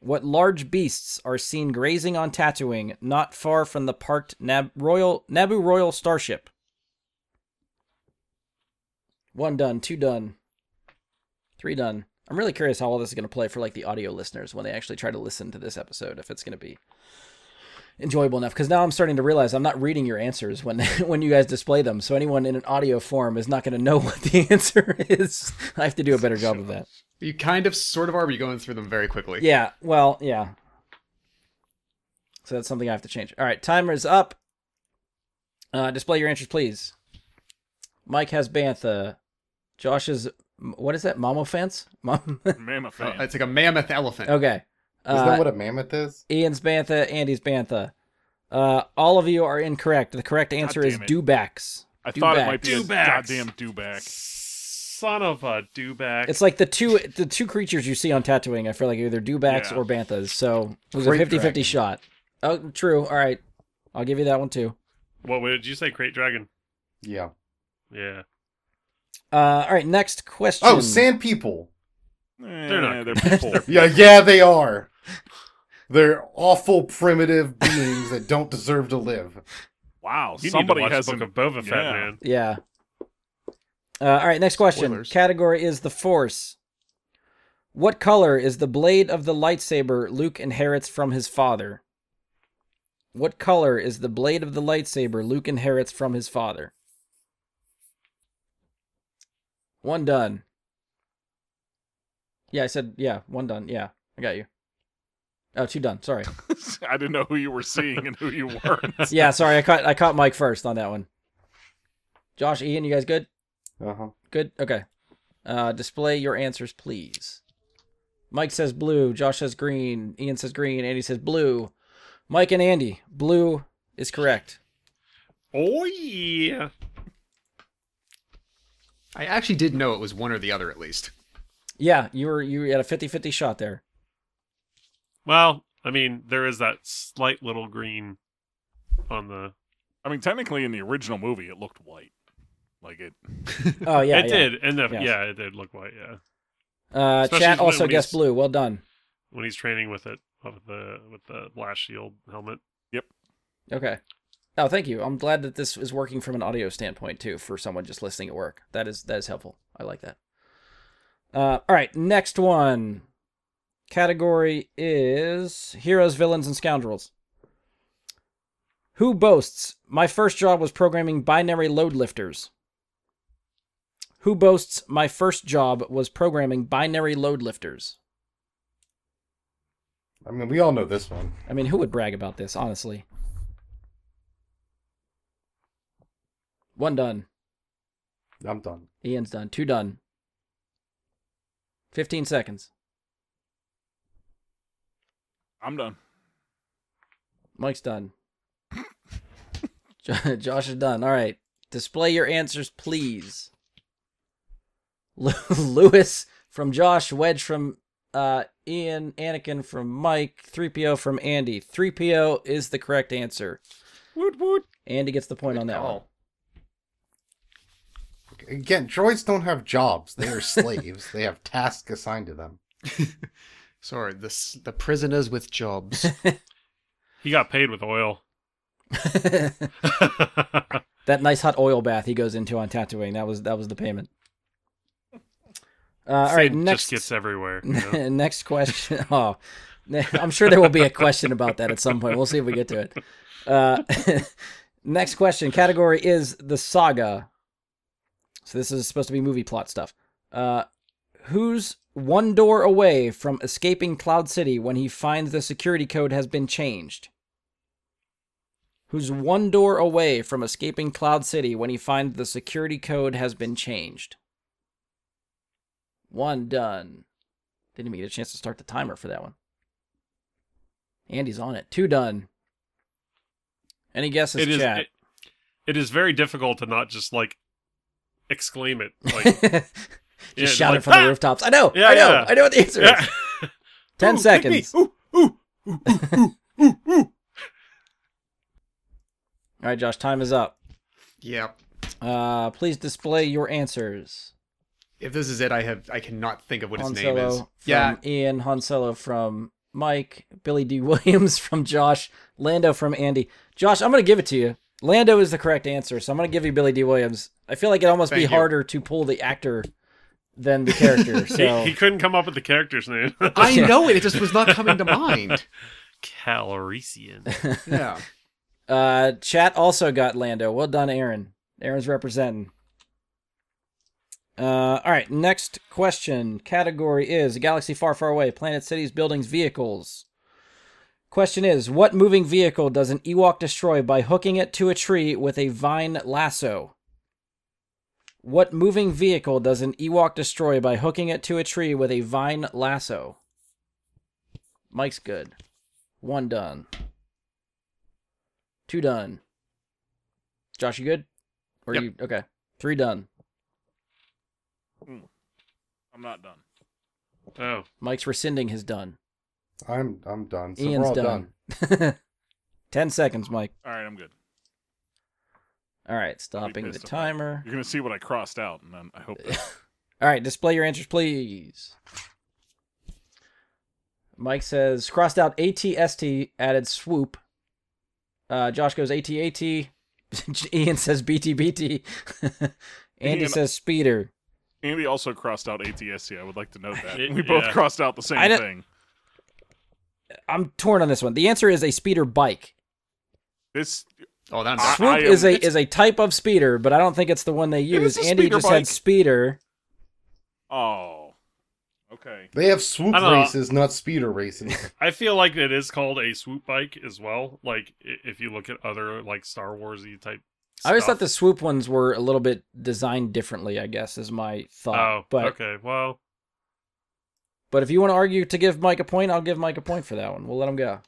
What large beasts are seen grazing on Tatooine not far from the parked Nab- Royal Naboo Royal Starship? One done, two done, three done. I'm really curious how all this is going to play for like the audio listeners when they actually try to listen to this episode if it's going to be enjoyable enough because now I'm starting to realize I'm not reading your answers when when you guys display them so anyone in an audio form is not going to know what the answer is. I have to do a better job of that.
You kind of, sort of are, but you're going through them very quickly.
Yeah, well, yeah. So that's something I have to change. All right, timer's up. Uh, display your answers, please. Mike has Bantha. Josh's what is that? Momo fence? Mom-
Mammoth
Uh,
fan.
it's like a mammoth elephant.
okay.
Is
Uh,
that what a mammoth is?
Ian's Bantha, Andy's Bantha. Uh, all of you are incorrect. The correct answer is
damn it.
dewbacks.
I thought
dewbacks.
it might be a
Dewbacks.
goddamn dewback.
Son of a dewback.
It's like the two the two creatures you see on tattooing. I feel like are either dewbacks
Yeah.
or banthas. So it was
Great
a 50-50
dragon.
shot. Oh, true. All right, I'll give you that one too.
what what did you say? Crate dragon.
Yeah.
Yeah.
Uh, all right, next question.
Oh, sand people.
They're
not
Eh, They're
good.
people.
They're-
Yeah, yeah, they are. They're awful primitive beings that don't deserve to live.
wow.
You
somebody
need to watch
has
the Book
an-
of Boba Fett,
yeah.
man.
Yeah. Uh, all right, next question.
Spoilers.
Category is the Force. What color is the blade of the lightsaber Luke inherits from his father? What color is the blade of the lightsaber Luke inherits from his father? One done. Yeah, I said, yeah, one done. Yeah, I got you. Oh, two done. Sorry.
I didn't know who you were seeing and who you weren't.
yeah, sorry. I caught I caught Mike first on that one. Josh, Ian, you guys good?
Uh huh.
Good. Okay. Uh, display your answers, please. Mike says blue. Josh says green. Ian says green. Andy says blue. Mike and Andy, blue is correct.
Oh yeah.
I actually did know it was one or the other at least.
Yeah, you were you had a 50-50 shot there.
Well, I mean, there is that slight little green on the.
I mean, technically, in the original movie, it looked white. Like it.
Oh yeah,
it
yeah.
did, and the,
Yes.
yeah, it did look white. Yeah,
Uh,
Especially
chat
when-
also
when
guessed
he's-
blue. Well done.
when he's training with it with the with the blast shield helmet.
Okay. Oh, thank you. I'm glad that this is working from an audio standpoint too for someone just listening at work. That is that is helpful. I like that. Uh, all right, next one. Category is heroes, villains, and scoundrels. Who boasts? My first job was programming binary load lifters. Who boasts? My first job was programming binary load lifters.
I mean, we all know this one.
I mean, who would brag about this, honestly? One done.
I'm done.
Ian's done. Two done. 15 seconds.
I'm done.
Mike's done. Jo- Josh is done. All right. Display your answers, please. Lu- Lewis from Josh, Wedge from uh, Ian, Anakin from Mike, 3PO from Andy. 3PO is the correct answer.
Woot woot.
Andy gets the point on that one.
Again, droids don't have jobs. They are slaves. They have tasks assigned to them.
Sorry, the s- the prisoners with jobs.
He got paid with oil. That's
that nice hot oil bath he goes into on tattooing. That was that was the payment. Uh, all right, next
just gets everywhere. you know?
next question. Oh, ne- I'm sure there will be a question about that at some point. We'll see if we get to it. Uh, next question category is the saga. So this is supposed to be movie plot stuff. Uh, who's one door away from escaping Cloud City when he finds the security code has been changed? Who's one door away from escaping Cloud City when he finds the security code has been changed? One done. Didn't even get a chance to start the timer for that one. Andy's on it. Two done. Any guesses,
It is.
chat?
It, it is very difficult to not just like exclaim it. Like,
just
Yeah,
shout it
like,
from
"Ah!"
the rooftops. I know.
Yeah,
I know.
yeah.
I know what the answer
yeah.
is. Ten seconds. All right, Josh. Time is up.
yep.
Uh, please display your answers.
If this is it, I have I cannot think of what his
Han
name
Solo
is.
from
Yeah,
Ian. Han Solo from Mike. Billy D. Williams from Josh. Lando from Andy. Josh, I'm gonna give it to you. Lando is the correct answer, so I'm gonna give you Billy D. Williams. I feel like it'd almost be
Thank you.
harder to pull the actor than the character. So
he, he couldn't come up with the character's name.
I know it. It just was not coming to mind.
Calrissian.
Yeah.
Uh, chat also got Lando. Well done, Aaron. Aaron's representing. Uh, all right. Next question category is a galaxy far, far away. Planet, cities, buildings, vehicles. Question is: What moving vehicle does an Ewok destroy by hooking it to a tree with a vine lasso? What moving vehicle does an Ewok destroy by hooking it to a tree with a vine lasso? Mike's good. One done. Two done. Josh, you good? Or
Yep.
you okay? Three done.
I'm not done.
Oh,
Mike's rescinding his done.
I'm I'm done. So
Ian's
we're all done.
done. Ten seconds, Mike.
All right, I'm good.
All right,
I'll be
stopping the
pissed if I-
timer.
You're gonna see what I crossed out, and then I hope that
All right, display your answers, please. Mike says crossed out ATST, added swoop. Uh, Josh goes ATAT. Ian says BTBT. Andy
Ian-
says speeder.
Andy also crossed out ATSC. I would like to note that
It-
we both
yeah.
crossed out the same
I don't-
thing.
I'm torn on this one. The answer is a speeder bike.
This
Oh, that's
I-
Swoop
I am-
is a
it's-
is a type of speeder, but I don't think it's the one they use.
is a
Andy
speeder
just
bike.
had speeder.
oh, okay.
They have swoop
I don't know.
races, not speeder races.
I feel like it is called a swoop bike as well. Like i- if you look at other like Star Warsy type.
I always
stuff.
thought the swoop ones were a little bit designed differently. I guess is my thought.
Oh,
but
okay. Well,
but if you want to argue to give Mike a point, I'll give Mike a point for that one. We'll let him go.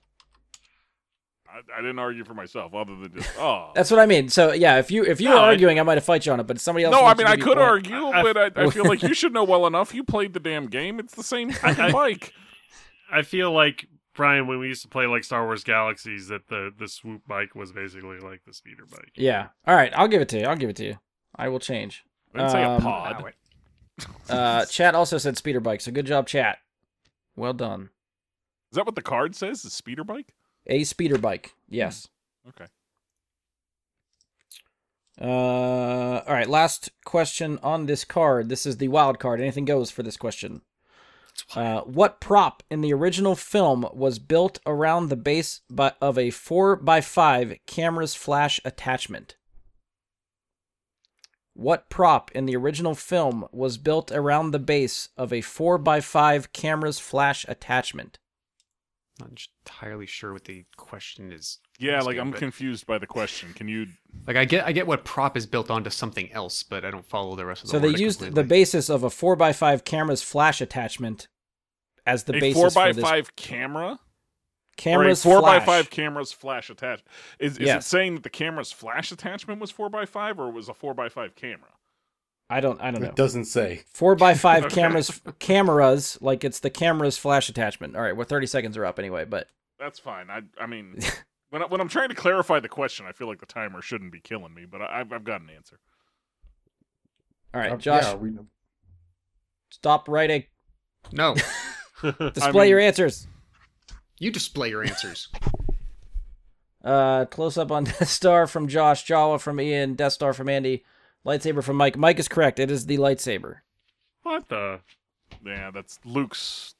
I, I didn't argue for myself, other than just oh.
That's what I mean. So yeah, if you if you
No,
were
I-
arguing, I, might have fight you on it. But somebody else.
no, I
wants to
mean I
give you
could
a point.
argue,
I- I-
but I, I feel like you should know well enough. You played the damn game. It's the same fucking bike.
I feel like Brian, when we used to play like Star Wars Galaxies, that the the swoop bike was basically like the speeder bike.
Yeah. All right. I'll give it to you. I'll give it to you. I will change.
I didn't say a
Um,
pod.
Uh, chat also said speeder bike. So good job, chat. Well done.
Is that what the card says? Is speeder bike?
A speeder bike. Yes.
Okay.
Uh, all right. Last question on this card. This is the wild card. Anything goes for this question. Uh, what prop in the original film was built around the base bu- of a 4x5 camera's flash attachment? What prop in the original film was built around the base of a 4x5 camera's flash attachment?
Not entirely sure what the question is.
Yeah, like
asking,
I'm
but-
confused by the question. Can you?
Like I get, I get what prop is built onto something else, but I don't follow the rest of the.
so they
order
used
completely.
the basis of a 4x5 camera's flash attachment as the
a
basis
four by
for this
five camera
camera's
or a four
flash.
by five camera's flash attached. Is, is
Yeah.
it saying that the camera's flash attachment was four by five, or was a four by five camera?
I don't I don't know.
It doesn't say.
Four by five
Okay.
cameras, cameras like it's the camera's flash attachment. All right, well, thirty seconds are up anyway, but
That's fine. I I mean, when I, when I'm trying to clarify the question, I feel like the timer shouldn't be killing me, but I, I've I've got an answer.
all
Uh,
right, Josh,
yeah, we-
stop writing.
No,
Display
mean-
your answers.
you display your answers.
Uh, close up on Death Star from Josh, Jawa from Ian, Death Star from Andy, lightsaber from Mike. Mike is correct. It is the lightsaber.
What the?
Yeah, that's Luke's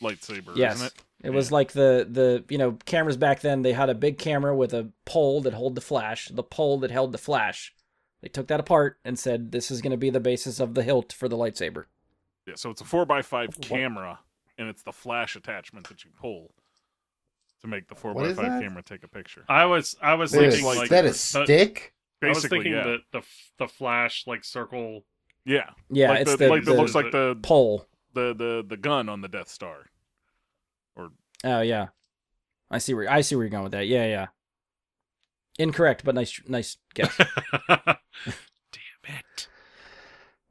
lightsaber,
yes,
isn't it?
was like the the you know cameras back then. They had a big camera with a pole that held the flash. The pole that held the flash. They took that apart and said this is going to be the basis of the hilt for the lightsaber.
Yeah, so it's a four by five camera, and it's the flash attachment that you pull to make the four
What
by
is
five
that?
camera take a picture.
I was I was
That is,
thinking like
that
the-
is stick?
I was
Basically,
thinking
yeah,
the, the f- the flash like circle.
yeah,
Yeah,
like
it's
the,
the,
like that
the
looks like the,
pole.
the the the gun on the Death Star.
Oh yeah, I see where I see where you're going with that. Yeah, yeah. Incorrect, but nice, nice guess.
Damn it!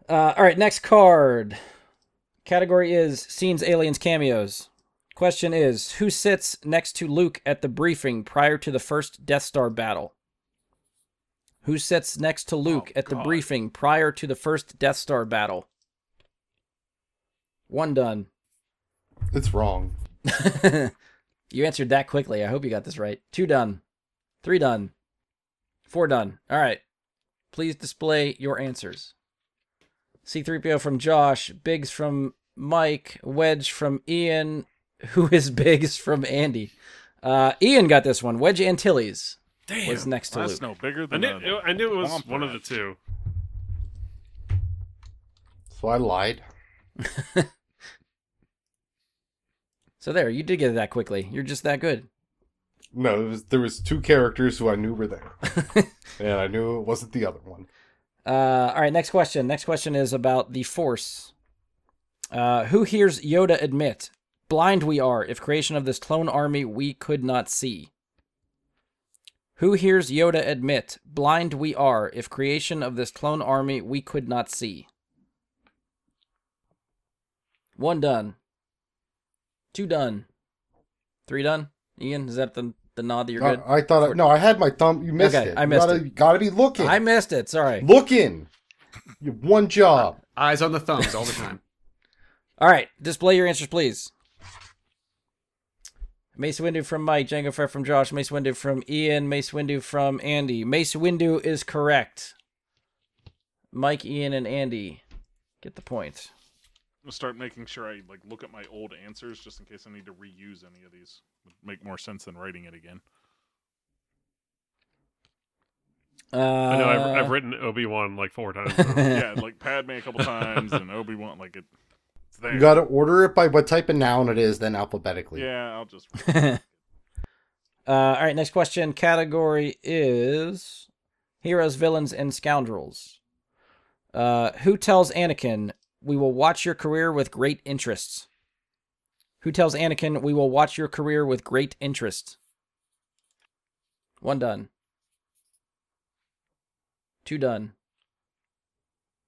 uh, all right, next card. Category is scenes, aliens, cameos. Question is who sits next to Luke at the briefing prior to the first Death Star battle? Who sits next to Luke
Oh,
at the
God.
briefing prior to the first Death Star battle? One done.
It's wrong.
you answered that quickly. I hope you got this right. Two done. Three done. Four done. All right. Please display your answers. C3PO from Josh, Biggs from Mike, Wedge from Ian, who is Biggs from Andy. Uh, Ian got this one. Wedge Antilles
Damn.
was next to
That's
Luke.
no bigger
I
than
knew,
a,
I knew it was
Womp
one of the
rat.
two.
So I lied.
So there, you did get it that quickly. You're just that good.
No, it was, there was two characters who I knew were there, and I knew it wasn't the other one.
Uh, all right, next question. Next question is about the Force. Uh, who hears Yoda admit, blind we are, if creation of this clone army we could not see? Who hears Yoda admit, blind we are, if creation of this clone army we could not see? One done. Two done. Three done. Ian, is that the, the nod that you're good?
Uh, I, I thought I, no, I had my thumb. You missed
Okay,
it.
I
You
missed
gotta, Gotta be looking.
I missed it. Sorry.
looking. You have one job.
Eyes on the thumbs all the time.
All right, display your answers, please. Mace Windu from Mike, Django Fett from Josh, Mace Windu from Ian, Mace Windu from Andy. Mace Windu is correct. Mike, Ian, and Andy get the point.
I'm gonna start making sure I like look at my old answers just in case I need to reuse any of these. Would make more sense than writing it again.
Uh,
I know I've, I've written Obi Wan like four times.
yeah, like Padme a couple times and Obi Wan. Like it, it's there.
You gotta order it by what type of noun it is, then alphabetically.
yeah, I'll just.
uh, all right, next question. Category is heroes, villains, and scoundrels. Uh, who tells Anakin, "We will watch your career with great interest"? Who tells Anakin, "We will watch your career with great interest"? One done. Two done.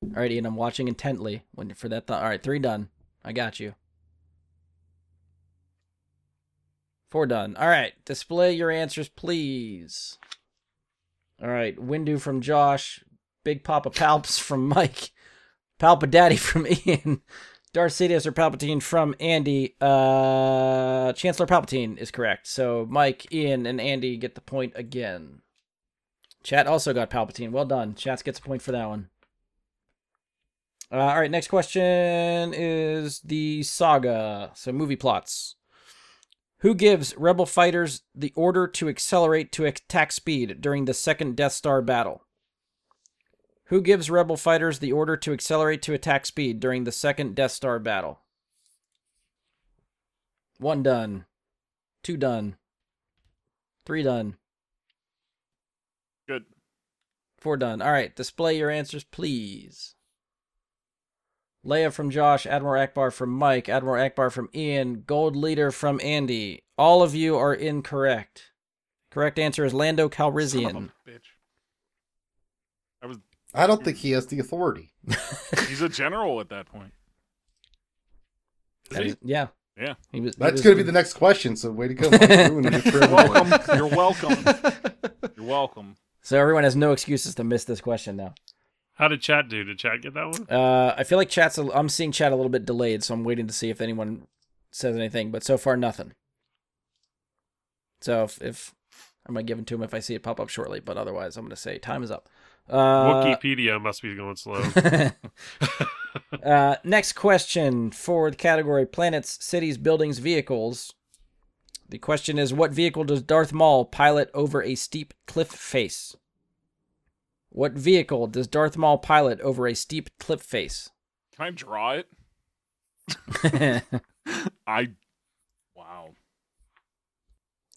All right, Ian, I'm watching intently when for that. Th- all right, three done. I got you. Four done. All right. Display your answers, please. All right. Windu from Josh. Big Papa Palps from Mike. Palpa Daddy from Ian. Darth Sidious or Palpatine from Andy. Uh, Chancellor Palpatine is correct. So Mike, Ian, and Andy get the point again. Chat also got Palpatine. Well done. Chats gets a point for that one. Uh, all right, next question is the saga. So, movie plots. Who gives rebel fighters the order to accelerate to attack speed during the second Death Star battle? Who gives rebel fighters the order to accelerate to attack speed during the second Death Star battle? One done. Two done. Three done.
Good.
Four done. All right, display your answers, please. Leia from Josh, Admiral Akbar from Mike, Admiral Akbar from Ian, Gold Leader from Andy. All of you are incorrect. Correct answer is Lando Calrissian.
I don't think he has the authority.
He's a general at that point.
That is- yeah.
Yeah.
He was, he
That's
was-
going to be the next question. So way to go. Mike. Ruining it for
You're
everyone.
welcome. You're welcome. You're welcome.
So everyone has no excuses to miss this question now.
How did chat do? Did chat get that one?
Uh, I feel like chat's. A, I'm seeing chat a little bit delayed, so I'm waiting to see if anyone says anything. But so far, nothing. So if, if I'm gonna give it to him if I see it pop up shortly, but otherwise, I'm gonna say time is up. Uh,
Wikipedia must be going slow.
uh, next question for the category planets, cities, buildings, vehicles. The question is what vehicle does Darth Maul pilot over a steep cliff face? What vehicle does Darth Maul pilot over a steep cliff face?
Can I draw it? I. Wow.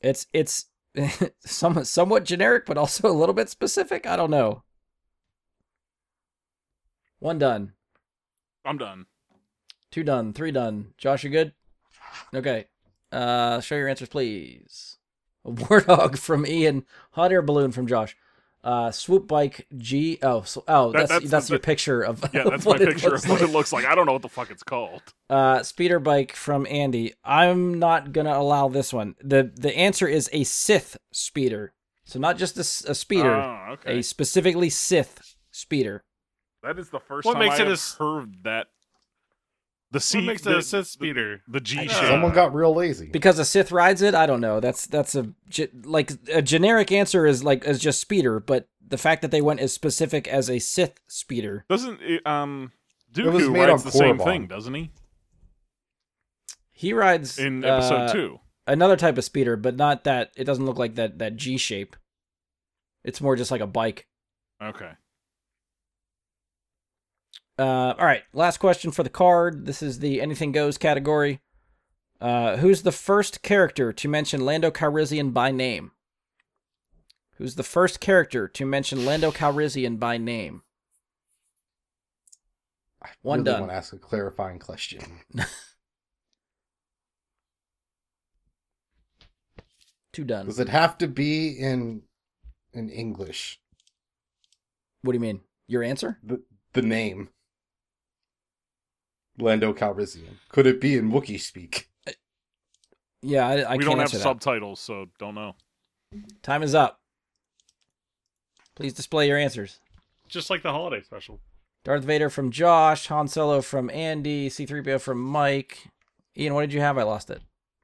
It's it's some somewhat generic, but also a little bit specific. I don't know. One done,
I'm done.
two done, three done. Josh, you good? Okay. Uh, show your answers, please. A warthog from Ian, hot air balloon from Josh. Uh, swoop bike G. Oh, so, oh,
That-
that's
that's-
that's, your
that-
picture of
Yeah,
of
that's my
what it
picture
looks
of what
like.
it looks like. I don't know what the fuck it's called.
Uh, speeder bike from Andy. I'm not gonna allow this one. the The answer is a Sith speeder. So not just a, s- a speeder,
Oh, okay.
a specifically Sith speeder.
That is the first
What
time
makes
I
it
have
a s-
heard that. The C
what makes
the,
the, a Sith speeder?
the G
Yeah.
shape.
Someone got real lazy.
Because a Sith rides it. I don't know. That's that's a ge- like a generic answer is like is just speeder, but the fact that they went as specific as a Sith speeder,
Doesn't it, um
It was
Dooku
made
rides
on
the same
Korriban.
thing, doesn't he?
he rides
In
uh,
episode two.
another type of speeder, but not that. It doesn't look like that that G shape. It's more just like a bike.
Okay.
Uh, all right, last question for the card. This is the anything goes category. Uh, who's the first character to mention Lando Calrissian by name? Who's the first character to mention Lando Calrissian by name?
I
One
really
done.
want to ask a clarifying question.
Two done.
Does it have to be in in English?
What do you mean? Your answer?
The the name. Lando Calrissian. Could it be in Wookiee speak?
Yeah, I, I
we
can't
don't have
answer that.
subtitles, so don't know.
Time is up. Please display your answers.
Just like the holiday special.
Darth Vader from Josh, Han Solo from Andy, C3PO from Mike. Ian, what did you have? I lost it.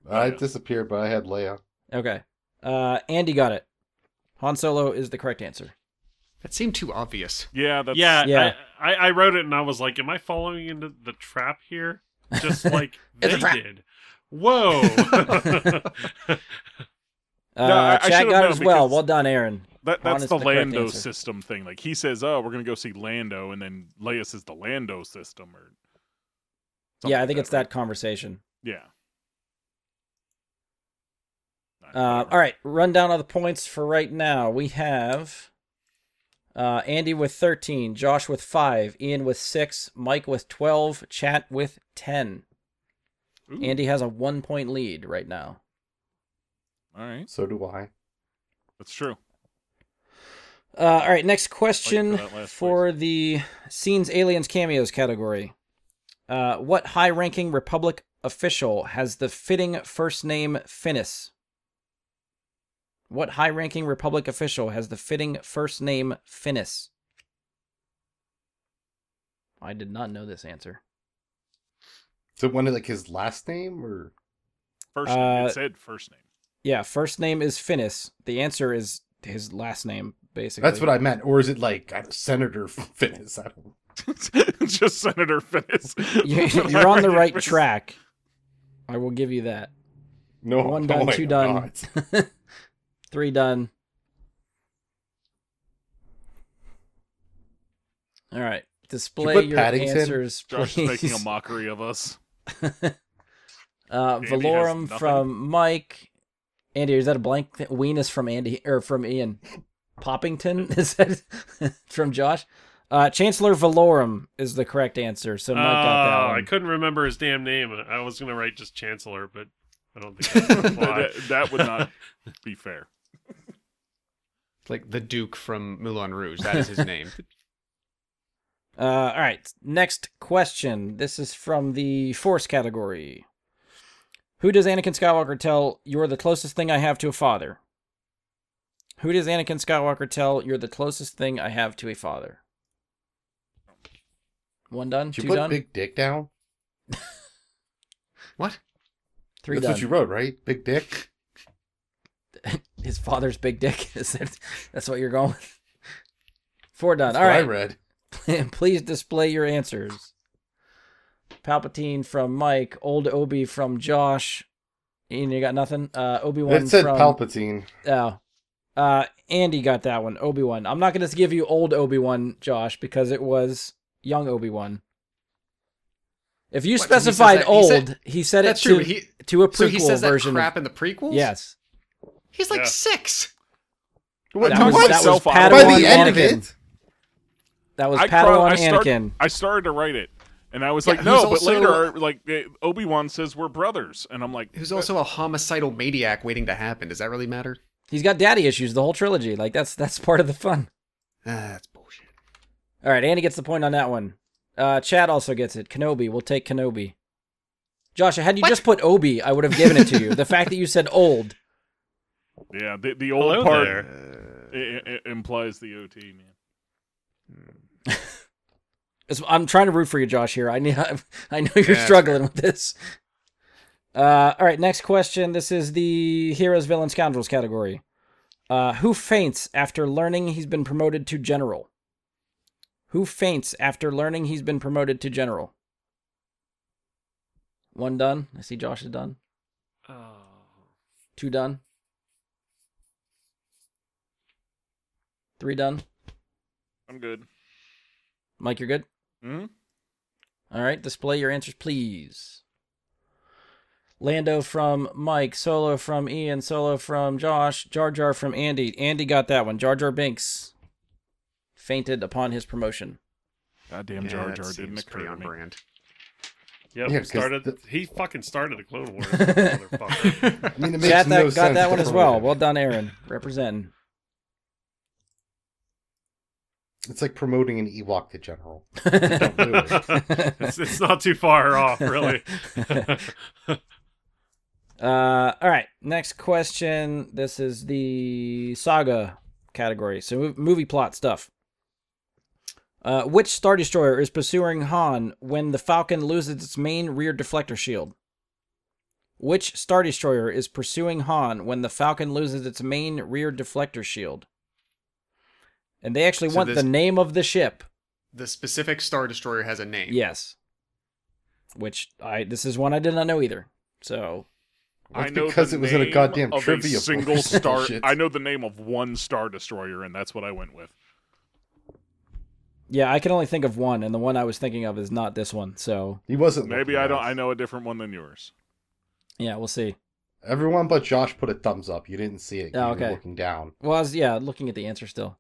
I
Yeah.
disappeared, but I had Leia.
Okay. Uh, Andy got it. Han Solo is the correct answer.
That seemed too obvious.
Yeah, that's
yeah,
Yeah.
I, I, I wrote it and I was like, am I following into the trap here? Just like
It's a
they
trap.
did. Whoa.
Uh,
No, I- I
Chad
should've
got it
known
as well.
because-
Well done, Aaron.
that,
Han
that's
is
the,
the correct
Lando
answer.
system thing. Like he says, "Oh, we're gonna go see Lando," and then Leia says the Lando system, or something
yeah, I
like
think it's
right?
that conversation.
Yeah.
Uh, all right, rundown of the points for right now. We have uh, Andy with 13, Josh with 5, Ian with 6, Mike with 12, Chat with 10.
Ooh.
Andy has a one point lead right now.
All right.
So do I.
That's true.
Uh, all right, next question
Fight for that last
for the scenes, aliens, cameos category. Uh, what high ranking Republic official has the fitting first name Finis? What high ranking Republic official has the fitting first name Finis? I did not know this answer.
So one of like his last name or
First name.
Uh,
It said first name.
Yeah, first name is Finis. The answer is his last name, basically.
that's what I meant. Or is it like I don't- Senator Finnis? I don't
just Senator Finnis.
You- You're on the right track. I will give you that.
No,
One
no,
done,
I
two
am
done,
not.
three done. All right. Display
put
your
Paddington?
answers,
Josh is
please.
making a mockery of us.
uh,
Andy has
Valorum
nothing.
from Mike. Andy, is that a blank? Th- Ween is from Andy or from Ian. Poppington is that from Josh? Uh, Chancellor Valorum is the correct answer. So
Oh,
Mike got that
Uh,
I
one.
couldn't remember his damn name. I was gonna write just Chancellor, but I don't think that's gonna fly.
that, that would not be fair.
It's like the Duke from Moulin Rouge. That is his name.
Uh, all right. Next question. This is from the force category. Who does Anakin Skywalker tell you're the closest thing I have to a father? Who does Anakin Skywalker tell you're the closest thing I have to a father? One done,
Did you
two
put
done,
Big Dick down?
what?
three
That's
done.
what you wrote, right? Big Dick?
His father's big dick. Is that, that's what you're going with? Four done.
That's
All
what
right.
I read.
Please display your answers. Palpatine from Mike, old Obi from Josh. Ian, you got nothing? Uh, Obi Wan
It said
from
Palpatine.
Oh. Uh, Andy got that one. Obi Wan. I'm not going to give you old Obi Wan, Josh, because it was young Obi Wan. If you
What, so he says
specified
that- he
old,
said-
he said it
That's
to,
true. but He,
to a prequel
so he says that
version. of-
crap in the prequels.
yes,
He's like
Yeah.
six.
What?
that was,
What?
that was
Self-auto-
Padawan
By the end of
Anakin.
it,
That was
I
Padawan
cried- I start-
Anakin.
I started to write it, and I was
Yeah,
like, "No!"
who's
But
also-
later, like Obi Wan says, "We're brothers," and I'm like,
Who's also a homicidal maniac waiting to happen. Does that really matter?
He's got daddy issues. The whole trilogy. Like that's that's part of the fun.
Ah, that's bullshit.
All right, Andy gets the point on that one. Uh, Chad also gets it. Kenobi, we'll take Kenobi. Josh, had you
What?
just put Obi, I would have given it to you. the fact that you said old,
"Yeah, the, the old
Hello
part
there.
i- i- i- implies the OT man."
It's- I'm trying to root for you, Josh. Here, I need, I know you're
Yeah,
struggling with this. Uh, all right, next question. This is the heroes, villains, scoundrels category. Uh, who faints after learning he's been promoted to general? Who faints after learning he's been promoted to general? One done. I see Josh is done.
Oh.
Two done. Three done.
I'm good.
Mike, you're good?
hmm
All right, display your answers, please. Lando from Mike, Solo from Ian, Solo from Josh, Jar Jar from Andy. Andy got that one. Jar Jar Binks fainted upon his promotion.
Goddamn,
Yeah,
Jar
that
Jar didn't
seems
occur
pretty
to
on
me.
brand.
Yep.
Yeah, 'cause
started.
the-
He fucking started the Clone Wars. motherfucker.
I mean, it makes
Got that,
no
got
sense
that one
to
as well.
promote
Well done, Aaron. Representing.
it. It's like promoting an Ewok to General. Don't do it.
it's, it's not too far off, really.
Uh, all right. Next question. This is the saga category. So mov- movie plot stuff. Uh, which Star Destroyer is pursuing Han when the Falcon loses its main rear deflector shield? Which Star Destroyer is pursuing Han when the Falcon loses its main rear deflector shield? And they actually
So
want
this-
the name of the ship.
The specific Star Destroyer has a name.
Yes. Which I this is one I did not know either. So
I
That's
know
because
the
it was in a
name
goddamn
of a
trivia book.
single star.
Shit.
I know the name of one star destroyer, and that's what I went with.
Yeah, I can only think of one, and the one I was thinking of is not this one. So
He wasn't.
Maybe
looking
I
at
don't.
us.
I know a different one than yours.
yeah, we'll see.
Everyone but Josh put a thumbs up. You didn't see it.
Oh,
you
okay.
were looking down.
Well, I was yeah looking at the answer still.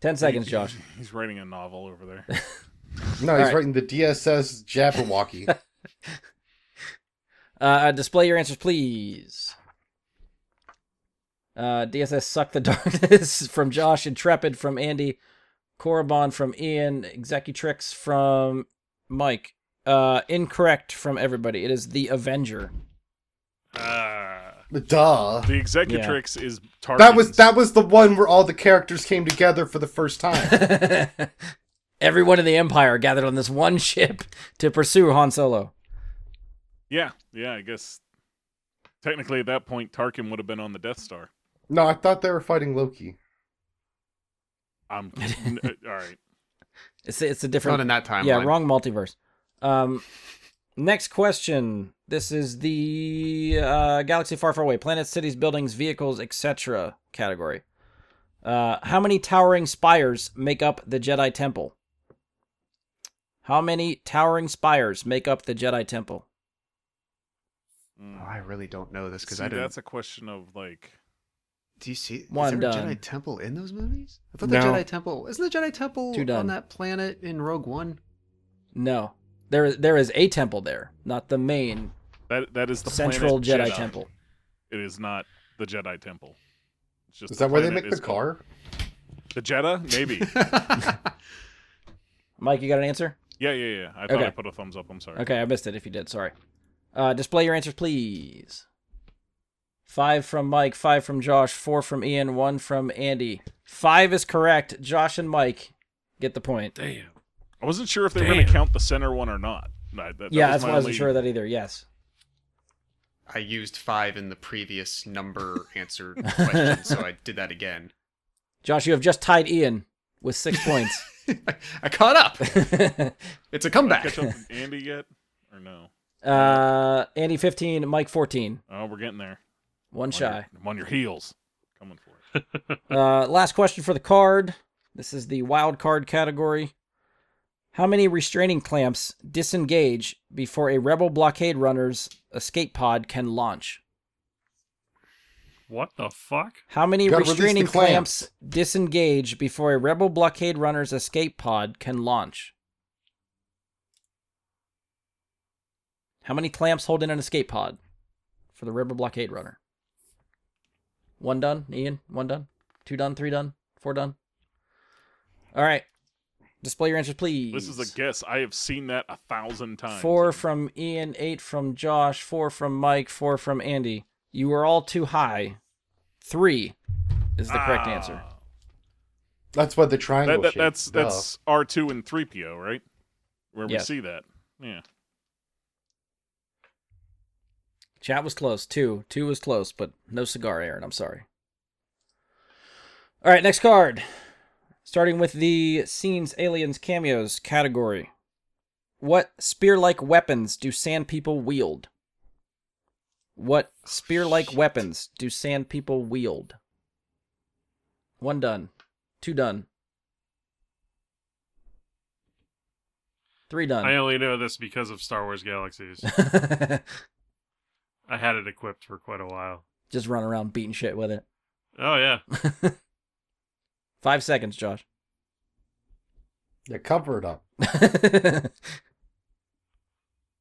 Ten seconds, Josh.
He's writing a novel over there.
No,
All
he's
right.
writing the DSS Jabberwocky.
Uh, display your answers, please. Uh, DSS suck the darkness from Josh, Intrepid from Andy, Korriban from Ian, Executrix from Mike. Uh, incorrect from everybody. It is the Avenger.
Ah.
Duh.
The Executrix is Tarkin's.
That was that was the one where all the characters came together for the first time.
Everyone in the Empire gathered on this one ship to pursue Han Solo.
Yeah, yeah. I guess technically at that point, Tarkin would have been on the Death Star.
no, I thought they were fighting Loki.
I'm n- uh, all right.
It's it's a
Not
different
in that timeline.
yeah, wrong multiverse. Um, next question. This is the uh, galaxy far, far away, planets, cities, buildings, vehicles, etc. category. Uh, how many towering spires make up the Jedi Temple? How many towering spires make up the Jedi Temple?
Oh, I really don't know this
Mm.
because
See,
I didn't.
that's a question of like
Do you see?
One
is there
done.
a Jedi Temple in those movies? I thought the
No.
Jedi Temple isn't the Jedi Temple
Two done.
on that planet in Rogue One.
No, there there is a temple there, not the main
that. That is the
central
planet
Jedi, Temple.
It is not the Jedi Temple. It's just
Is
the
that where they
planet
make the
is called-
car?
The Jedi, maybe.
Mike, you got an answer?
yeah, yeah, yeah. I thought
Okay.
I put a thumbs up. I'm sorry.
Okay, I missed it if you did. Sorry. Uh, display your answers, please. Five from Mike, five from Josh, four from Ian, one from Andy. Five is correct. Josh and Mike get the point.
Damn.
I wasn't sure if they were going to
Damn.
count the center one or not. I- that-
yeah,
that
that's
my
why I wasn't
only-
sure of that either. Yes.
I used five in the previous number answer question, so I did that again.
Josh, you have just tied Ian with six points.
I caught up. It's a comeback.
Catch up with Andy yet or no?
uh, Andy 15, Mike 14.
Oh, we're getting there. I'm
One
on your-
shy.
I'm on your heels. Coming for it.
Uh, last question for the card. This is the wild card category. How many restraining clamps disengage before a rebel blockade runner's escape pod can launch?
What the fuck?
How many
Gotta release the
restraining clamps.
clamps.
disengage before a rebel blockade runner's escape pod can launch? How many clamps hold in an escape pod for the rebel blockade runner? One done, Ian. One done. Two done. Three done. Four done. All right. Display your answers, please.
This is a guess. I have seen that a thousand times.
Four from Ian, eight from Josh, four from Mike, four from Andy. You were all too high. Three is the correct
Ah.
answer.
That's why the
That-
triangle.
that-
shape.
that's
Duh.
that's R two and three PO, right? Where we
Oh. Yes.
see that. Yeah.
Chat was close. Two. Two was close, but no cigar, Aaron. I'm sorry. All right, next card. Starting with the scenes, aliens, cameos category. What spear like weapons do sand people wield? What spear like weapons do sand people wield? One done. Two done. Three
I
done.
only know this because of Star Wars Galaxies. I had it equipped for quite a while.
Just run around beating shit with it.
Oh yeah.
Five seconds, Josh.
Yeah, cover it up.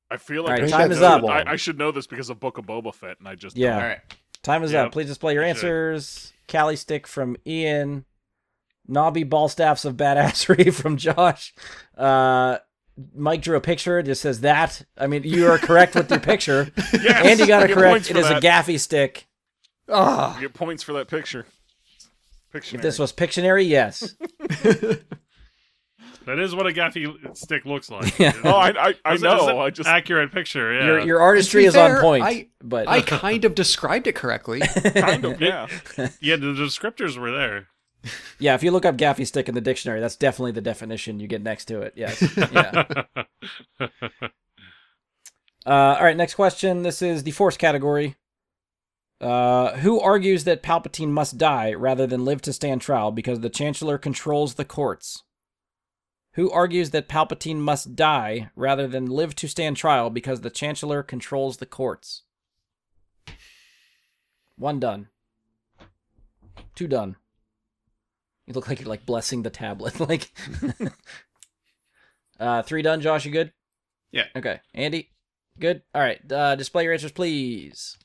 I feel
All
like
right,
I should
time
know
is up.
that- I, I should know this because of Book of Boba Fett, and I just
Yeah.
All right.
Time is
Yep.
up. Please display your
That's it.
answers. Cali stick from Ian. Knobby ball staffs of badassery from Josh. Uh, Mike drew a picture. It just says that. I mean, you are correct with your picture.
Yes!
Andy got
I
it
get
correct.
points
It
for
is a
that.
gaffy stick.
I
Ah.
Get points for that picture. Picture.
If this was Pictionary, yes.
That is what a gaffy stick looks like.
Yeah.
Oh, I I, I
It's- it's
know.
an
I just
accurate picture. Yeah.
Your your artistry
To be
is
fair,
on point.
I-
but uh,
I kind of described it correctly.
kind of yeah.
yeah, the descriptors were there.
yeah, if you look up gaffy stick in the dictionary, that's definitely the definition you get next to it. Yes. Yeah. Uh, all right, next question. This is the force category. Uh, who argues that Palpatine must die rather than live to stand trial because the Chancellor controls the courts? Who argues that Palpatine must die rather than live to stand trial because the Chancellor controls the courts? One done. Two done. You look like you're like blessing the tablet. like uh, three done. Josh, you good?
Yeah.
Okay, Andy. Good. All right. Uh, display your answers, please.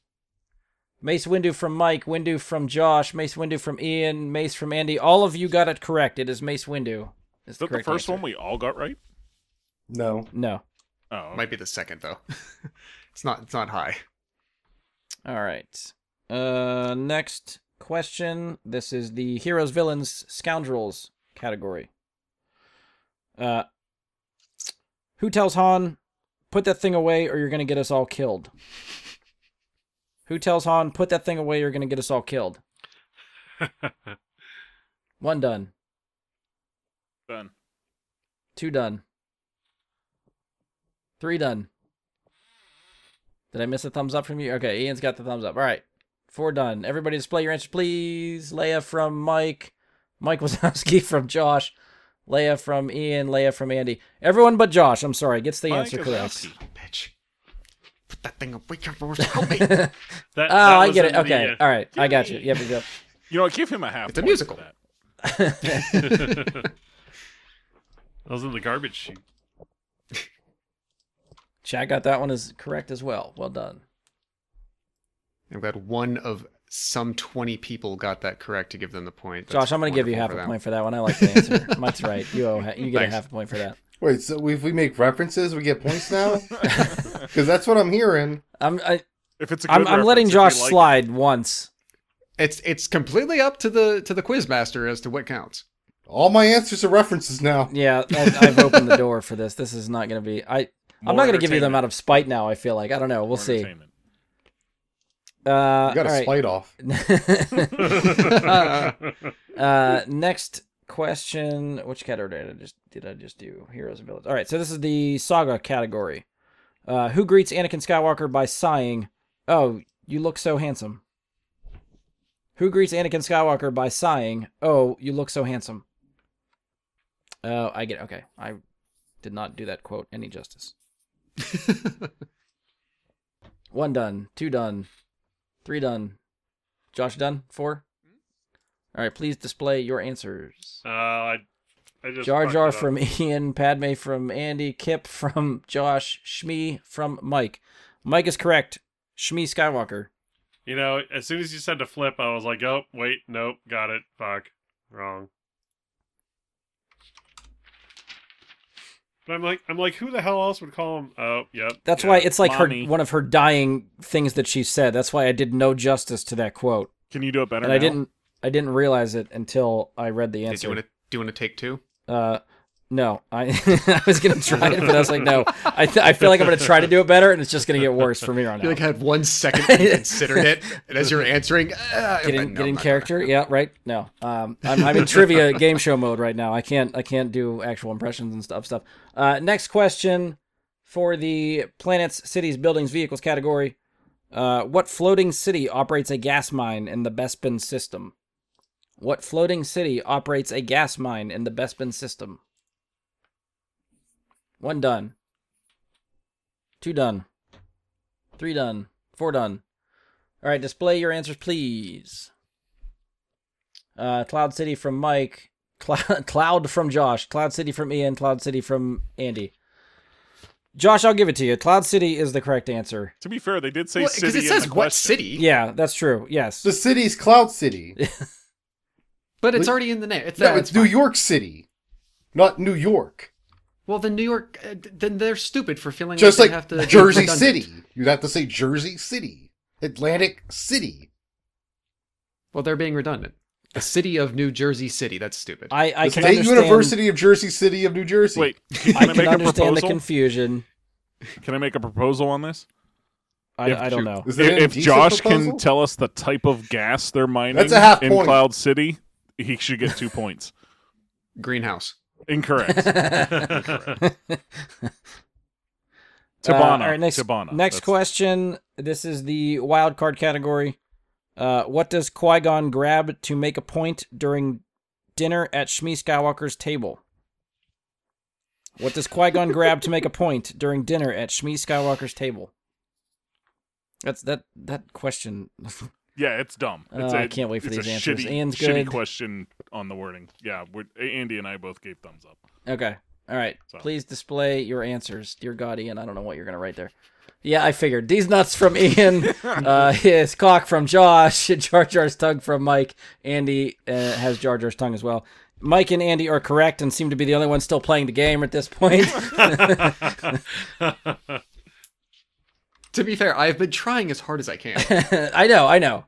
Mace Windu from Mike, Windu from Josh, Mace Windu from Ian, Mace from Andy. All of you got it correct. It is Mace Windu.
Is that the first one we all got right?
No.
No.
Oh, okay.
Might be the second though. It's not. It's not high.
All right. Uh, next question. This is the heroes, villains, scoundrels category. Uh, who tells Han, put that thing away, or you're gonna get us all killed? Who tells Han, put that thing away, or you're gonna get us all killed? One done.
done.
Two done. Three done. Did I miss a thumbs up from you? Okay, Ian's got the thumbs up. All right. Four done. Everybody display your answers, please. Leia from Mike. Mike Wazowski from Josh. Leia from Ian. Leia from Andy. Everyone but Josh, I'm sorry, gets the answer correct.
Bitch. Put that thing away. Help me.
oh,
That, that
I
was
get it.
in the,
Okay.
uh,
All right. I got you. Yep, yep,
You know, what, give him a half.
It's a
point for
musical.
That.
yep.
uh, that was in the garbage chute.
Chad got that one as correct as well. Well done.
I'm glad one of some 20 people got that correct to give them the point.
Josh, I'm going to give you half a point for that one. I like the answer. Mike's right. You owe. ha- You get a
Thanks.
half a point for that.
Wait, so if we make references, we get points now? Because that's what I'm hearing.
I'm. I,
If it's a good
I'm, I'm letting Josh
reference, if you like-
slide once.
It's it's completely up to the to the quiz master as to what counts.
All my answers are references now.
Yeah, I, I've opened the door for this. This is not going to be. I.
More
I'm not going to give you them
entertainment.
out of spite now. I feel like I don't know.
More
We'll see.
entertainment.
Uh,
You got a
all
spite off.
right.
Uh,
uh, next question. Which category did I just did I just do? Heroes and villains. All right. So this is the saga category. Uh, who greets Anakin Skywalker by sighing, "Oh, you look so handsome." Who greets Anakin Skywalker by sighing, "Oh, you look so handsome." Oh, I get. It. Okay, I did not do that quote any justice. One done, two done, three done. Josh done, four. All right, please display your answers.
Uh, I, I just
Jar
fucked it
Jar
up.
from Ian, Padme from Andy, Kip from Josh, Shmi from Mike. Mike is correct. Shmi Skywalker.
You know, as soon as you said to flip, I was like, oh, wait, nope, got it. Fuck. Wrong. But I'm like, I'm like, who the hell else would call him? Oh, yep.
That's
yeah.
why it's like
Lonnie.
her one of her dying things that she said. That's why I did no justice to that quote,
Can you do it better?
and I
now?
didn't I didn't realize it until I read the
Did you
answer.
want to do you want to take two?
Uh, no, I I was gonna try it, but I was like, no, I th- I feel like I'm gonna try to do it better, and it's just gonna get worse for me right
You
now.
like had one second to consider it, and as you're answering, uh,
Get in,
no,
get
I'm
in
not
character, yeah, right? No, um, I'm, I'm in trivia game show mode right now. I can't I can't do actual impressions and stuff. Stuff. Uh, next question for the planets, cities, buildings, vehicles category. Uh, what floating city operates a gas mine in the Bespin system? What floating city operates a gas mine in the Bespin system? One done. Two done. Three done. Four done. All right, display your answers, please. Uh, Cloud City from Mike. Cloud, Cloud from Josh. Cloud City from Ian. Cloud City from Andy. Josh, I'll give it to you. Cloud City is the correct answer.
To be fair, they did say
Because
city.
it
in
says
the
what
question.
city,
Yeah, that's true. Yes.
The city's Cloud City.
but it's
We-
already in the name. It's,
No,
uh,
it's New York City, not New York.
Well, the New York, uh, d- then they're stupid for feeling
Just like
like, they have to be
Jersey
redundant.
City. You'd have to say Jersey City, Atlantic City.
Well, they're being redundant. The city of New Jersey City. That's stupid.
I, I
the
can
State
understand,
University of Jersey City of New Jersey.
Wait, can
I
I, make
can
a
understand the
proposal?
confusion.
Can I make a proposal on this?
I,
If
I don't
you-
know.
Is that an
If, if
indecent
Josh
proposal?
can tell us the type of gas they're mining
That's a half
in
point.
Cloud City, he should get two points.
Greenhouse.
Incorrect.
Uh,
Tabana.
all right, next,
Tabana.
next
That's-
question. This is the wild card category. Uh, what does Qui Gon grab to make a point during dinner at Shmi Skywalker's table? What does Qui Gon grab to make a point during dinner at Shmi Skywalker's table? That's that that question.
Yeah, it's dumb. It's
Oh,
a-
I can't wait for
it's
these
a
answers.
Shitty,
Ian's
shitty
good.
question on the wording. Yeah, we're, Andy and I both gave thumbs up.
okay, all right.
So-
Please display your answers, dear God, Ian. I don't know what you're gonna write there. Yeah, I figured these nuts from Ian. uh, his cock from Josh, Jar Jar's tongue from Mike. Andy uh, has Jar Jar's tongue as well. Mike and Andy are correct and seem to be the only ones still playing the game at this point.
To be fair, I've been trying as hard as I can.
I know, I know.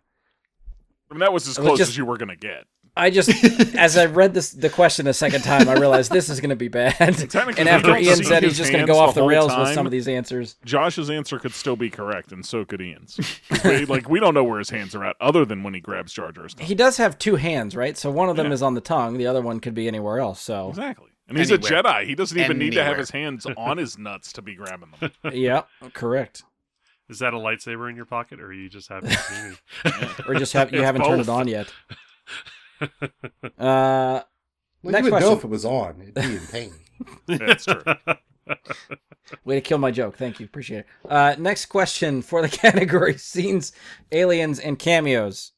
I mean, that was as
It was
close
just-
as you were gonna get.
I just, as I read this the question the second time, I realized this is going to be bad.
Technically,
and
we
after
don't
Ian
see
said he's
his
just going
hands
to go
the
off the,
whole
rails with
time,
some of these answers,
Josh's answer could still be correct, and so could Ian's. 'Cause we, like we don't know where his hands are at, other than when he grabs Jar Jar's. tongue.
he does have two hands, right? So one of them is on the tongue, the other one could be anywhere else. So
Exactly. And he's
Anywhere.
a Jedi. He doesn't even need to have
Anywhere.
his hands on his nuts to be grabbing them.
yeah, correct.
Is that a lightsaber in your pocket, or are you just happy to see me?
Or just have you
It's
haven't turned it
both.
on yet. Uh,
Well,
Next
you would know
question.
if it was on. It'd be in pain.
That's true.
way to kill my joke. Thank you, appreciate it. Uh, next question for the category: scenes, aliens, and cameos.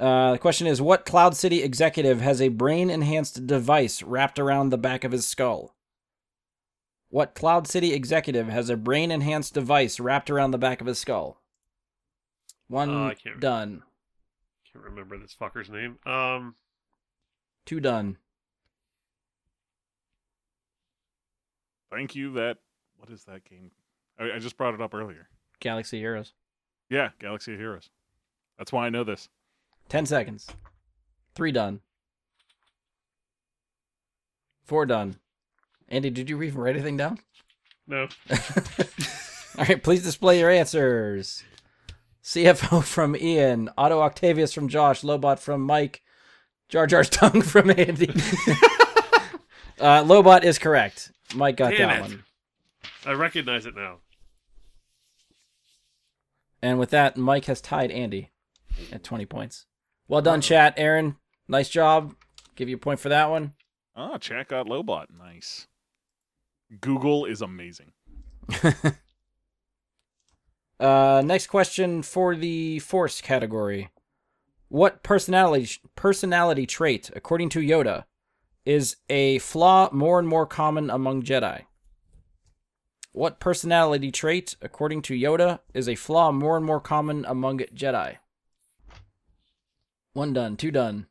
Uh, the question is: What Cloud City executive has a brain-enhanced device wrapped around the back of his skull? What Cloud City executive has a brain-enhanced device wrapped around the back of his skull? One
Uh, I can't-
done,
Can't remember this fucker's name. Um,
two done.
Thank you. That what is that game? I, I just brought it up earlier.
Galaxy Heroes.
Yeah, Galaxy of Heroes. That's why I know this.
Ten seconds. Three done. Four done. Andy, did you even write anything down?
no.
All right, please display your answers. CFO from Ian, Otto Octavius from Josh, Lobot from Mike, Jar Jar's tongue from Andy. uh, Lobot is correct. Mike got
Damn
that
it.
one.
I recognize it now.
And with that, Mike has tied Andy at 20 points. Well done, chat. Aaron, nice job. Give you a point for that one.
Ah, chat got Lobot. Nice. Google is amazing.
Uh, next question for the force category: What personality personality trait, according to Yoda, is a flaw more and more common among Jedi? What personality trait, according to Yoda, is a flaw more and more common among Jedi? One done, two done.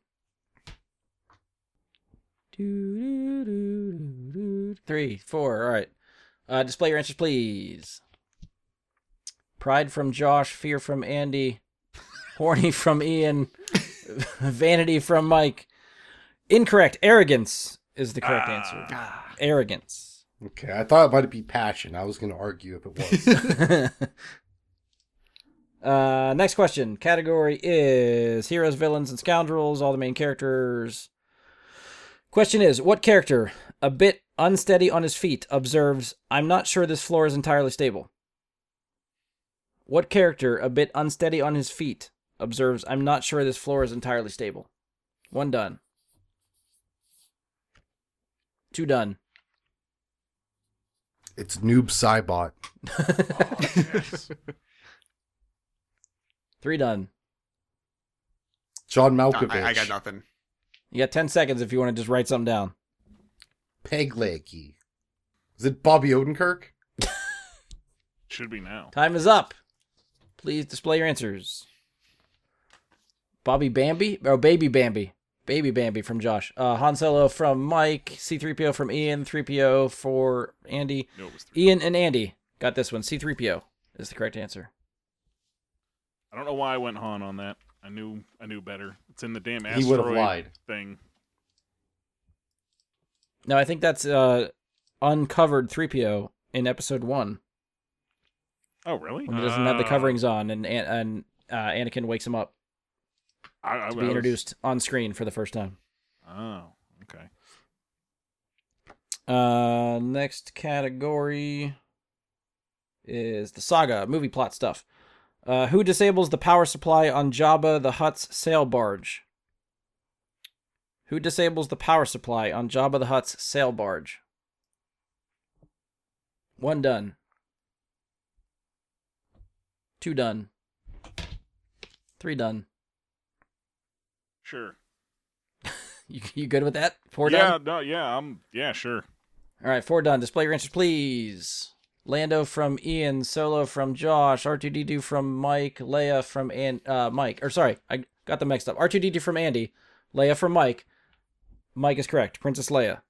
Three, four. All right. Uh, display your answers, please. Pride from Josh, fear from Andy, horny from Ian, vanity from Mike. Incorrect. Arrogance is the correct answer.
Ah.
Arrogance.
Okay, I thought it might be passion. I was going to argue if it was.
uh, next question. Category is heroes, villains, and scoundrels, all the main characters. Question is What character, a bit unsteady on his feet, observes, I'm not sure this floor is entirely stable? What character, a bit unsteady on his feet, observes, I'm not sure this floor is entirely stable? One done. Two done.
it's Noob Cybot.
Three done. Oh,
John
I,
Malkovich.
I got nothing.
You got 10 seconds if you want to just write something down.
Peg Leahy. Is it Bobby Odenkirk?
Should be now.
Time is up. Please display your answers. Bobby Bambi? Oh, Baby Bambi. Baby Bambi from Josh. Uh, Han Solo from Mike. C3PO from Ian. 3PO for Andy.
No, it was three.
Ian and Andy got this one. C3PO is the correct answer.
I don't know why I went Han on that. I knew I knew better. It's in the damn
He would've
asteroid
lied.
thing.
No, I think that's uh, uncovered 3PO in episode one
Oh really?
when he doesn't have the
Ah.
coverings on and, and uh, Anakin wakes him up
I, I, I
to
was-
be introduced on screen for the first time.
Oh, okay.
Uh, next category is the saga movie plot stuff. Uh, who disables the power supply on Jabba the Hutt's sail barge? Who disables the power supply on Jabba the Hutt's sail barge? One done. Two done. Three done.
Sure.
You, you good with that? Four done.
yeah, no, yeah, I'm yeah, sure.
All right, four done. Display your answers, please. Lando from Ian, Solo from Josh, R2D2 from Mike, Leia from and uh, Mike. Or sorry, I got them mixed up. R2D2 from Andy, Leia from Mike. Mike is correct. Princess Leia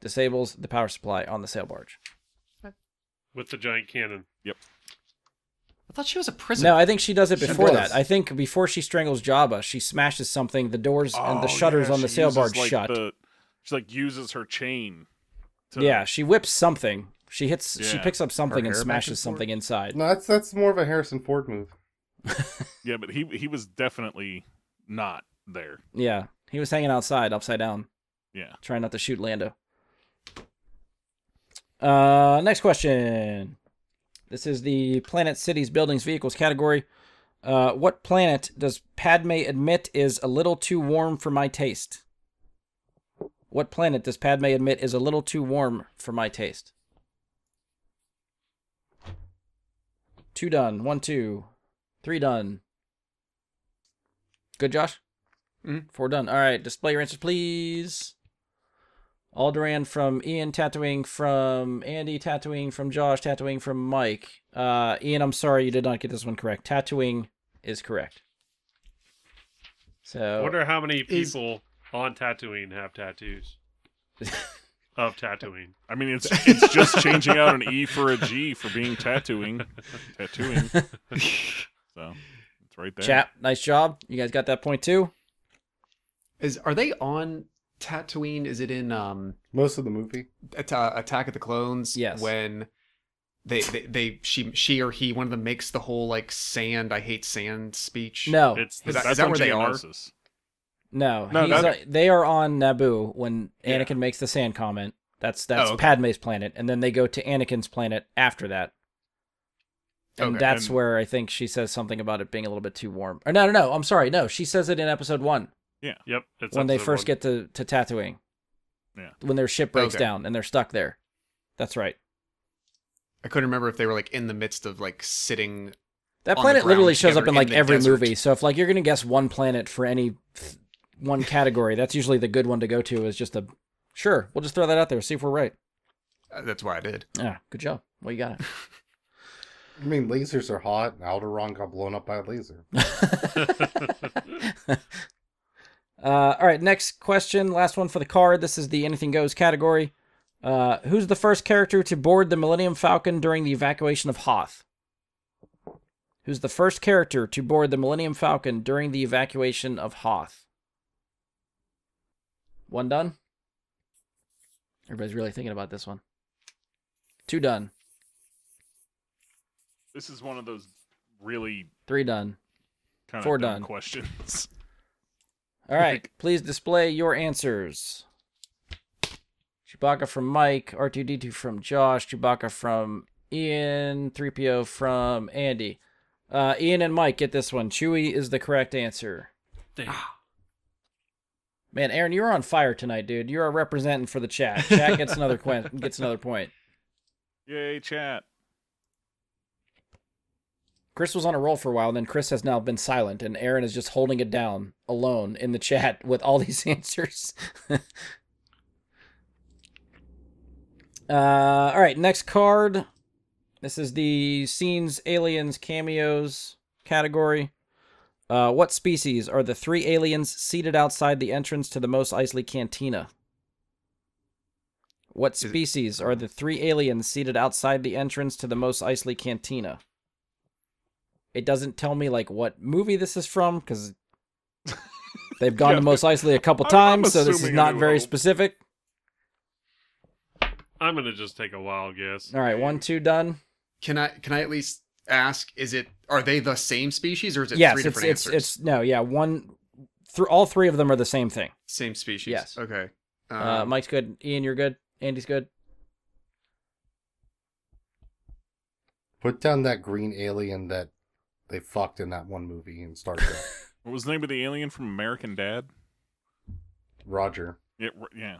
disables the power supply on the sail barge.
With the giant cannon.
I thought she was a prisoner.
No, I think she does it
She
before
does.
that. I think before she strangles Jabba, she smashes something. The doors and
Oh,
the shutters
yeah,
on the
she
sail
uses,
barge
like,
shut.
the- she like uses her chain. To,
yeah, she whips something. She hits. She
Yeah.
picks up something
hair
and
back
smashes
and forth.
something inside.
No, that's that's more of a Harrison Ford move.
yeah, but he he was definitely not there.
Yeah, he was hanging outside, upside down.
Yeah.
trying not to shoot Lando. Uh, next question. This is the planet, cities, buildings, vehicles category. Uh, what planet does Padme admit is a little too warm for my taste? What planet does Padme admit is a little too warm for my taste? Two done. One, two. Three done. Good, Josh?
Mhm.
Four done. All right. Display your answers, please. Alderan from Ian tattooing from Andy tattooing from Josh tattooing from Mike. Uh, Ian, I'm sorry you did not get this one correct. Tattooing is correct.
I
So
wonder how many
Is-
people on tattooing have tattoos of tattooing.
I mean, it's it's just changing out an E for a G for being tattooing, tattooing. So it's right there.
Chap, nice job. You guys got that point too.
Is are they on Tatooine? Is it in um
Most of the movie.
Atta Attack of the Clones?
Yes.
When they, they they she she or he one of them makes the whole like sand I hate sand speech.
No,
It's
Is
the,
that- is that
on
where they are?
Geonosis.
no,
No,
he's,
that-
uh, they are on Naboo when
Yeah.
Anakin makes the sand comment. That's that's
Oh, okay.
Padme's planet, and then they go to Anakin's planet after that. And
Okay,
that's
and-
where I think she says something about it being a little bit too warm. Or no, no, no. I'm sorry. No, she says it in episode one
yep. It's
when they
episode
first
one.
get to to tattooing.
Yeah.
When their ship breaks
Okay.
down and they're stuck there. That's right.
I couldn't remember if they were like in the midst of like sitting.
That
on the
planet
ground
literally shows up
together
in
in
like
the
every
desert.
movie. So if like you're gonna guess one planet for any th- one category, that's usually the good one to go to. Is just a sure. We'll just throw that out there. See if we're right.
uh, That's why I did.
Yeah. Good job. Well, you got
I mean, lasers are hot. and Alderaan got blown up by a laser.
it. uh, all right. Next question. Last one for the card. This is the anything goes category. Uh, who's the first character to board the Millennium Falcon during the evacuation of Hoth? Who's the first character to board the Millennium Falcon during the evacuation of Hoth? One done. Everybody's really thinking about this one. Two done.
This is one of those really
Three done.
kind
Four
of dumb
done.
questions.
All right, please display your answers. Chewbacca from Mike, R2D2 from Josh, Chewbacca from Ian, 3PO from Andy. Uh, Ian and Mike get this one. Chewie is the correct answer.
Damn.
Man, Aaron, you're on fire tonight, dude. You are representing for the chat. Chat gets another quen- gets another point.
Yay, chat!
Chris was on a roll for a while, and then Chris has now been silent, and Aaron is just holding it down alone in the chat with all these answers. uh, Uh, all right, next card. This is the scenes, aliens, cameos category. Uh, what species are the three aliens seated outside the entrance to the Mos Eisley Cantina? What
it-
species are the three aliens seated outside the entrance to the Mos Eisley Cantina? It doesn't tell me like what movie this is from because they've gone
Yeah.
to Mos Eisley a couple
I'm- I'm
times, so this is
assuming a
not
New
very
Hope.
specific.
I'm gonna just take a wild guess.
All right, one, two, done.
Can I can I at least ask? Is it are they the same species or is it
yes,
three
it's
different
it's
answers?
it's no, yeah, one. Th- all three of them are the same thing.
same species.
Yes.
Okay. Um,
Uh, Mike's good. Ian, you're good. Andy's good.
Put down that green alien that they fucked in that one movie and Star Trek.
What was the name of the alien from American Dad?
Roger.
Yeah, r- yeah.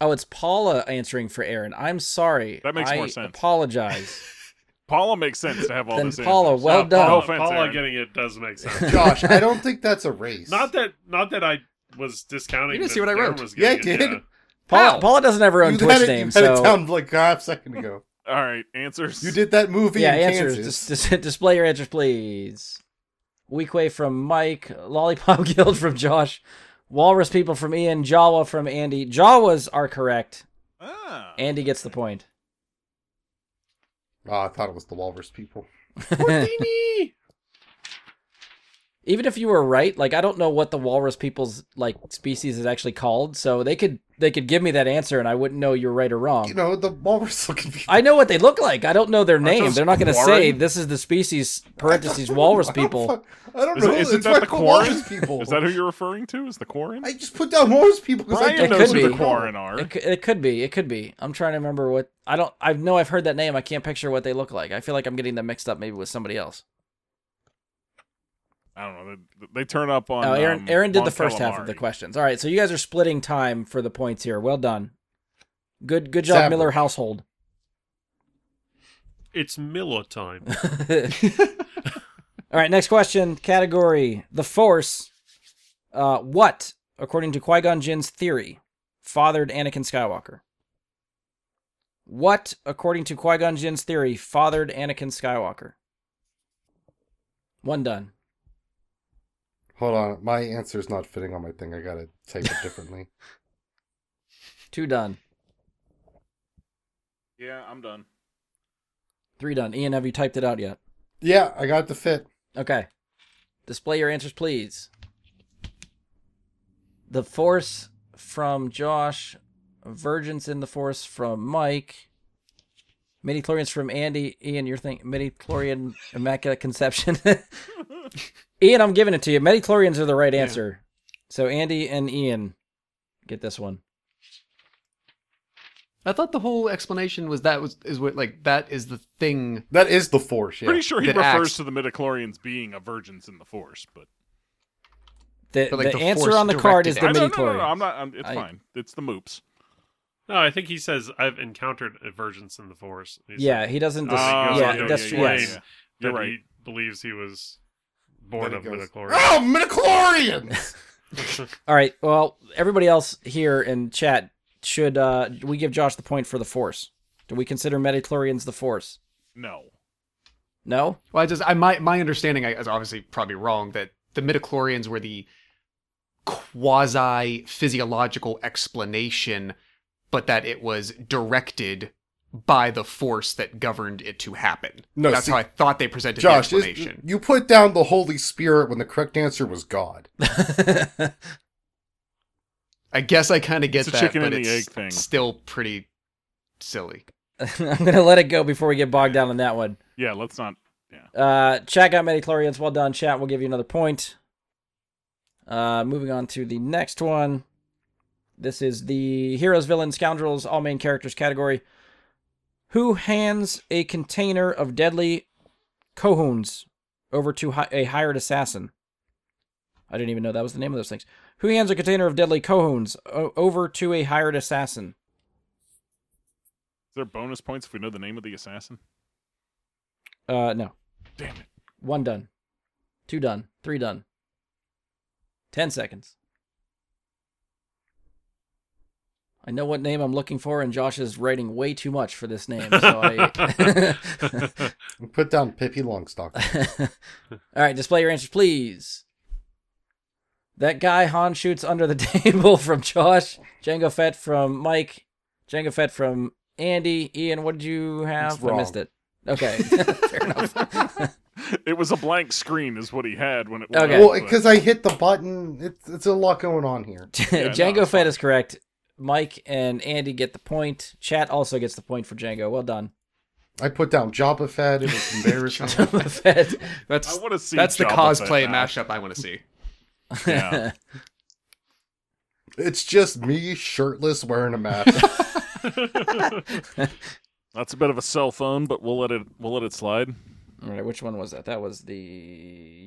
Oh, it's Paula answering for Aaron. I'm sorry.
That makes
I
more sense.
Apologize.
Paula makes sense to have all
Then
this.
Paula,
answers.
well
Now,
done.
No
Paula,
offense,
Paula
Aaron.
getting it does make sense.
Josh, I don't think that's a race.
not that, not that I was discounting.
You
that
didn't see what I
Darren
wrote.
was
Yeah, I
getting it,
did.
yeah.
Paula,
How?
Paula doesn't have her own
you
Twitch
had it,
name,
you had
so
it down like half a second ago.
All right, answers.
You did that movie
yeah,
in
answers.
Kansas.
Dis- dis- display your answers, please. Weekway from Mike, Lollipop Guild from Josh, Walrus People from Ian, Jawa from Andy. Jawas are correct.
Ah.
Andy gets the point.
Oh, I thought it was the walrus people.
All even if you were right, like I don't know what the walrus people's like species is actually called, so they could they could give me that answer and I wouldn't know you're right or wrong.
You know, the walrus looking people.
I know what they look like. I don't know their name.
those
They're not going to
Quarren?
say this is the species parentheses walrus people.
I don't
Is it-
know.
isn't
it's
that the
like
Quarren?
walrus people.
Is that who you're referring to? Is the Quarren?
I just put down walrus people because I
Brian
don't
It
knows
could
who
be.
the Quarren are.
It, c- it could be. It could be. I'm trying to remember what I don't. I know I've heard that name. I can't picture what they look like. I feel like I'm getting them mixed up maybe with somebody else.
I don't know. They, they turn up on.
Oh, Aaron.
um,
Aaron did
Mon
the first half of
Calamari.
the questions. All right, so you guys are splitting time for the points here. Well done. Good. Good job,
Zapper.
Miller household.
It's Miller time.
All right, next question. Category The Force. Uh, what, according to Qui Gon Jinn's theory, fathered Anakin Skywalker? What, according to Qui Gon Jinn's theory, fathered Anakin Skywalker? One done.
Hold on, my answer's not fitting on my thing. I gotta type it differently.
Two done.
Yeah, I'm done.
Three done. Ian, have you typed it out yet?
yeah, I got it to fit.
Okay. Display your answers, please. The force from Josh, Virgins in the force from Mike, Midi Chlorians from Andy, Ian, your thing, Midi Chlorian Immaculate Conception. Ian, I'm giving it to you. Midi Chlorians are the right answer. So Andy and Ian get this one.
I thought the whole explanation was that was is what like that is the thing.
That is the force. Yeah.
Pretty sure he
that
refers
acts-
to the midichlorians being a virgins in the Force, but
The,
But, like,
the
the
answer
Force
on the card
directed
is
it.
the
I
Midi
don't, no, no, no,
Chlorian.
I'm not. I'm, it's
I-
fine. It's the moops.
No, I think he says I've encountered aversions in the force. He said
Yeah, he doesn't. Dis-
Ah,
yeah,
yeah, yeah,
that's
yeah,
yes.
yeah.
You're
that
right.
He believes he was
Then
born
it
of
goes,
midichlorians.
Oh, midichlorians!
All right. Well, everybody else here in chat should uh we give Josh the point for the force? Do we consider Metachlorians the force?
No.
No?
Well, I just I my my understanding I, is obviously probably wrong that the midichlorians were the quasi physiological explanation, but that it was directed by the force that governed it to happen.
No,
that's
see-
how I thought they presented
Josh,
the
this-
explanation.
you put down the Holy Spirit when the correct answer was God.
I guess I kind of get
It's a
that,
chicken
but
and the
it's
egg thing.
still pretty silly.
I'm gonna let it go before we get bogged down on that one.
Yeah, let's not.
Uh chat got Metachlorians, well done, chat. We'll give you another point. Uh moving on to the next one. This is the Heroes, Villains, Scoundrels, all main characters category. Who hands a container of deadly cohuns over to hi- a hired assassin? I didn't even know that was the name of those things. Who hands a container of deadly cohuns o- over to a hired assassin?
Is there bonus points if we know the name of the assassin?
Uh, no.
Damn it.
One done. Two done. Three done. Ten seconds. I know what name I'm looking for, and Josh is writing way too much for this name. So I.
You put down Pippi Longstock.
All right, display your answers, please. That guy Han shoots under the table from Josh, Django Fett from Mike, Django Fett from Andy. Ian, what did you have?
It's
I missed
wrong.
it. Okay, fair enough.
It was a blank screen, is what he had when it.
Okay.
went up,
Well,
but-
because I hit the button. It's it's a lot going on here.
Yeah, no,
Django
it's
Fett
fine.
is correct. Mike and Andy get the point. Chat also gets the point for Django. Well done.
I put down Jabba Fett. It was embarrassing.
Django Fett.
I
That's
want to see.
that's the
Jabba Fett
cosplay
now.
mashup I want to see.
Yeah.
it's just me shirtless wearing a mask.
That's a bit of a cell phone, but we'll let it. We'll let it slide.
All right, which one was that? That was the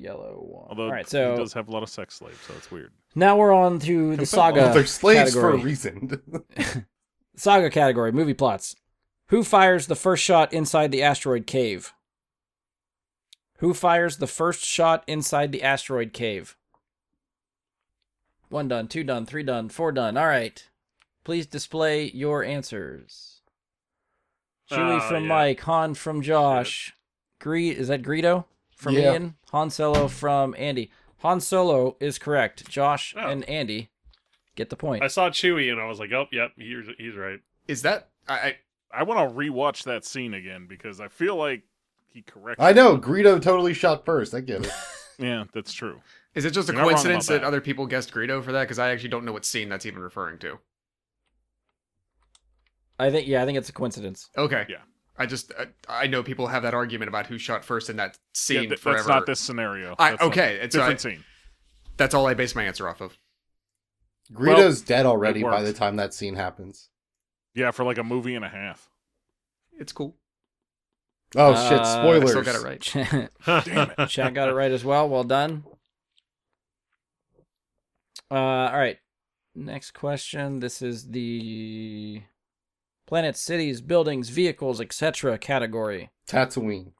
yellow one.
Although
All right,
he
so
does have a lot of sex slaves, so it's weird.
now we're on to the saga
They're slaves for
category.
a reason.
saga category, movie plots. Who fires the first shot inside the asteroid cave? Who fires the first shot inside the asteroid cave? One done, two done, three done, four done. All right. Please display your answers. Julie
Ah,
from
yeah.
Mike, Han from Josh. Gre- is that Greedo from
Yeah.
Ian? Han Solo from Andy. Han Solo is correct. Josh
Oh.
and Andy get the point.
I saw Chewie and I was like, oh, yep, he's, he's right.
Is that I, I
I want to rewatch that scene again because I feel like he corrected.
I know Greedo totally shot first. I get it.
Yeah, that's true.
Is it just a
You're not wrong about
coincidence that
that.
other people guessed Greedo for that? Because I actually don't know what scene that's even referring to.
I think yeah, I think it's a coincidence.
Okay.
Yeah.
I just I, I know people have that argument about who shot first in that
Yeah,
scene
th-
forever.
that's not this scenario.
I-
That's not-
okay, it's-
different
I-
scene.
That's all I base my answer off of.
Well,
Greedo's dead already by
worked.
the time that scene happens.
Yeah, for like a movie and a half.
It's cool.
Oh
Uh,
shit!
I
Spoilers.
still got it right.
Chat
Damn it.
got it right as well. Well done. Uh, all right. Next question. This is the planet, cities, buildings, vehicles, etc. category.
Tatooine.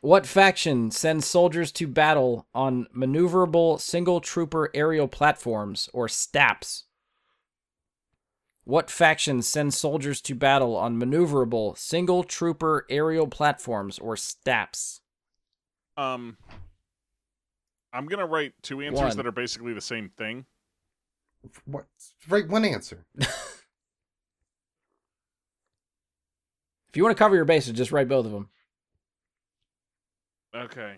what faction sends soldiers to battle on maneuverable single trooper aerial platforms or STAPs? What faction sends soldiers to battle on maneuverable single trooper aerial platforms or STAPs?
Um, I'm gonna write two answers
One.
that are basically the same thing.
What? Right, one answer.
If you want to cover your bases, just write both of them.
Okay.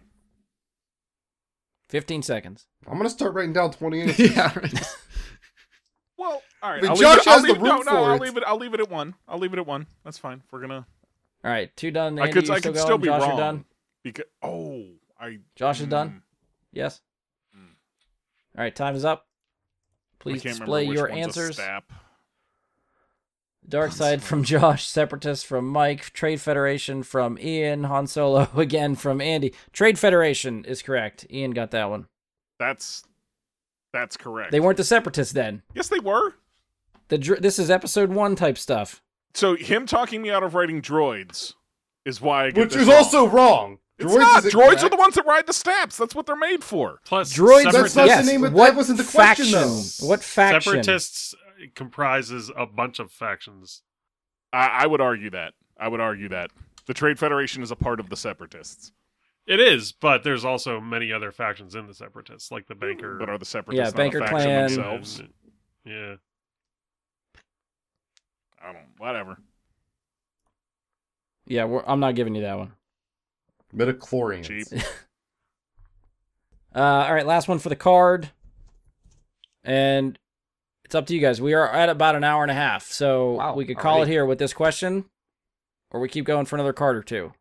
15 seconds.
I'm gonna start writing down 20 answers.
yeah. Right.
Well, all right.
But
I'll
Josh
leave it, I'll
has the
leave, no,
room
no,
for
I'll
it.
leave it. I'll leave it at one. I'll leave it at one. That's fine. We're gonna.
All right, two done. Andy,
I could.
you
I
still
could
going?
still be
Josh,
wrong.
You're done?
Because oh, I.
Josh is done?
mm,
Yes.
Mm.
All right, time is up. Please
I can't remember
display
which
your
one's a
answers.
Stap.
Dark Side from Josh, Separatist from Mike, Trade Federation from Ian, Han Solo again from Andy. Trade Federation is correct. Ian got that one.
That's. That's correct.
They weren't the Separatists then.
Yes, they were.
The dr- this is episode one type stuff.
So him talking me out of writing droids is why. I get
Which
this
is
wrong.
also wrong.
It's not.
isn't
Droids are
correct.
the ones that ride the staps. That's what they're made for.
Plus,
Droids.
That's
separatists,
not the
yes.
name of- that
what
wasn't the
faction,
question, though.
What faction?
separatists comprises a bunch of factions.
I, I would argue that. I would argue that the Trade Federation is a part of the Separatists.
It is, but there's also many other factions in the separatists, like the banker.
But are the Separatists not a
Banker
faction
Clan.
themselves?
Yeah.
I don't. Whatever.
Yeah, we're, I'm not giving you that one.
Metachlorians.
Cheap.
Uh, all right, last one for the card, and it's up to you guys. We are at about an hour and a half, so
Wow,
we could call
already?
it here with this question, or we keep going for another card or two.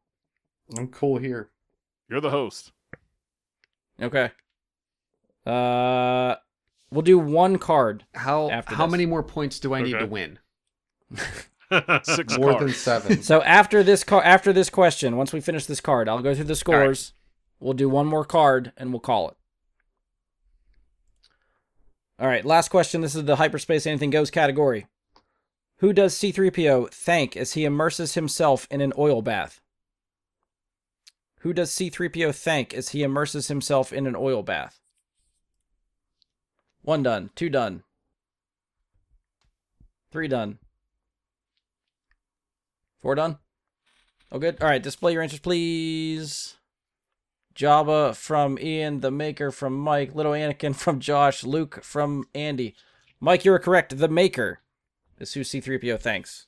I'm cool here.
You're the host.
Okay. Uh, we'll do one card.
How
After
how
this.
many more points do I need
Okay.
to win?
Six
More
cars.
than seven.
So after this car, after this question, once we finish this card, I'll go through the scores. We'll do one more card and we'll call it. All right, last question. This is the hyperspace anything goes category. Who does C3PO thank as he immerses himself in an oil bath? Who does C3PO thank as he immerses himself in an oil bath? One done, two done, three done. Four done. Oh, good. All right, display your answers, please. Jabba from Ian, the Maker from Mike, Little Anakin from Josh, Luke from Andy. Mike, you were correct. The Maker is who C3PO thanks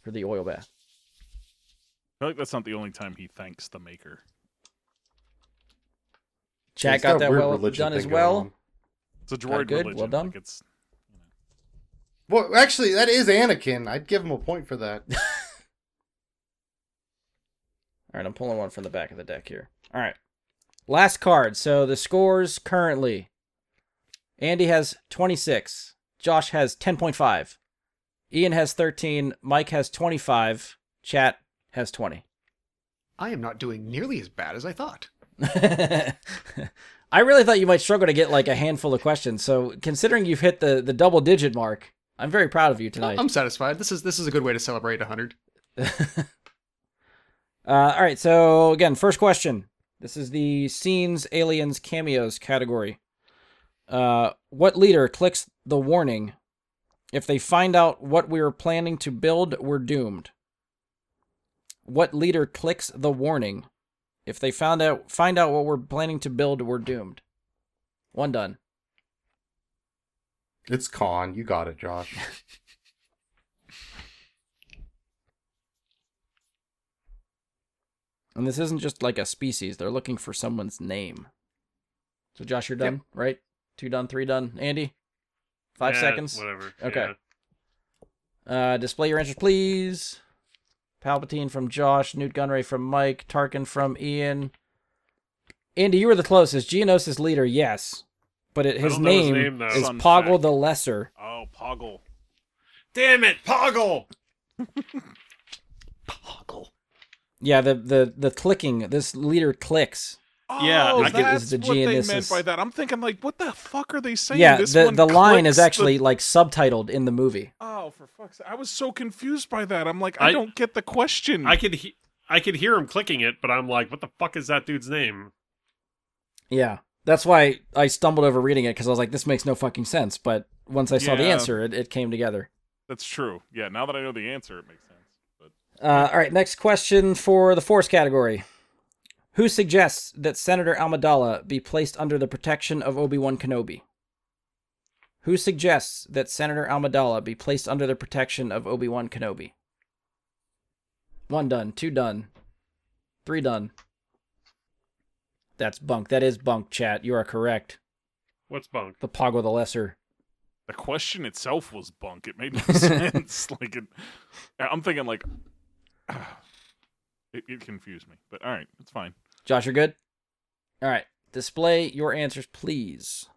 for the oil bath.
I feel like that's not the only time he thanks the maker.
Chat
It's
got that
weird
well
religion
done
thing
as
going
well.
on.
It's a droid
Got good,
religion.
well done.
Like it's
Well, actually, that is Anakin. I'd give him a point for that.
All right, I'm pulling one from the back of the deck here. All right. Last card. So the scores currently Andy has 26, Josh has 10.5, Ian has 13, Mike has 25, Chat has 20.
I am not doing nearly as bad as I thought.
I really thought you might struggle to get like a handful of questions. So considering you've hit the, the double digit mark, I'm very proud of you tonight.
I'm satisfied. This is this is a good way to celebrate 100.
Uh, all right, so again, first question. This is the scenes, aliens, cameos category. Uh, what leader clicks the warning? If they find out what we are planning to build, we're doomed. What leader clicks the warning? If they found out find out what we're planning to build, we're doomed. One done.
it's Khan. You got it, Josh.
And this isn't just like a species, they're looking for someone's name. So, Josh, you're done, right? Two done, three done. Andy, five
Yeah,
seconds.
Whatever.
Okay.
yeah.
Uh, display your answers, please. Palpatine from Josh, Newt Gunray from Mike, Tarkin from Ian. Andy, you were the closest. Geonosis leader, yes, but it,
I
his,
don't know his
name
name, though.
is
Fun
Poggle
fact.
the Lesser.
Oh, Poggle.
Damn it, Poggle!
Poggle.
Yeah, the the the clicking. This leader clicks.
Yeah,
oh,
I
get-
that's
is the
what they meant
Geonosis.
by that. I'm thinking like, what the fuck are they saying?
yeah,
This
the
one
the line
clicks
is
the-
actually like subtitled in the movie.
Oh, for fuck's sake! I was so confused by that. I'm like, I,
I-
don't get the question.
I could he- I could hear him clicking it, but I'm like, what the fuck is that dude's name?
Yeah, that's why I stumbled over reading it because I was like, this makes no fucking sense. But once I saw the
Yeah.
answer, it, it came together.
That's true. Yeah, now that I know the answer, it makes sense. But
Uh, all right, next question for the force category. Who suggests that Senator Amidala be placed under the protection of Obi Wan Kenobi? Who suggests that Senator Amidala be placed under the protection of Obi Wan Kenobi? One done, two done, three done. That's bunk. That is bunk, chat. You are correct.
What's bunk?
The Pago the Lesser.
the question itself was bunk. It made no sense. like, it, I'm thinking like, it, it confused me. But all right, it's fine.
Josh, you're good? All right. Display your answers, please.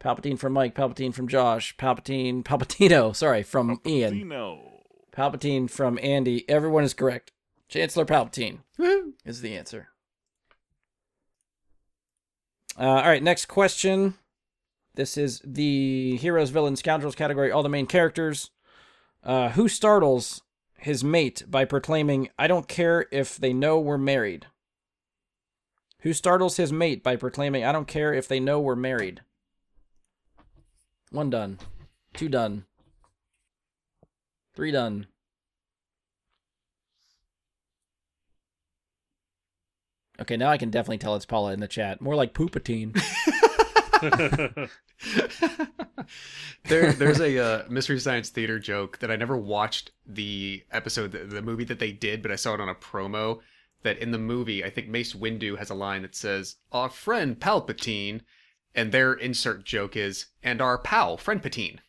Palpatine from Mike, Palpatine from Josh, Palpatine, Palpatino, sorry, from Ian,
Dino.
Palpatine from Andy. Everyone is correct. Chancellor Palpatine is the answer. Uh, all right, next question. This is the heroes, villains, scoundrels category, all the main characters. Uh, who startles his mate by proclaiming, I don't care if they know we're married? Who startles his mate by proclaiming, I don't care if they know we're married? One done. Two done. Three done. Okay, now I can definitely tell it's Paula in the chat. More like poopatine.
there, there's a uh, mystery science theater joke that I never watched the episode, the, the movie that they did, but I saw it on a promo. That in the movie, I think Mace Windu has a line that says, "Our friend Palpatine," and their insert joke is, "And our pal, friend Patine."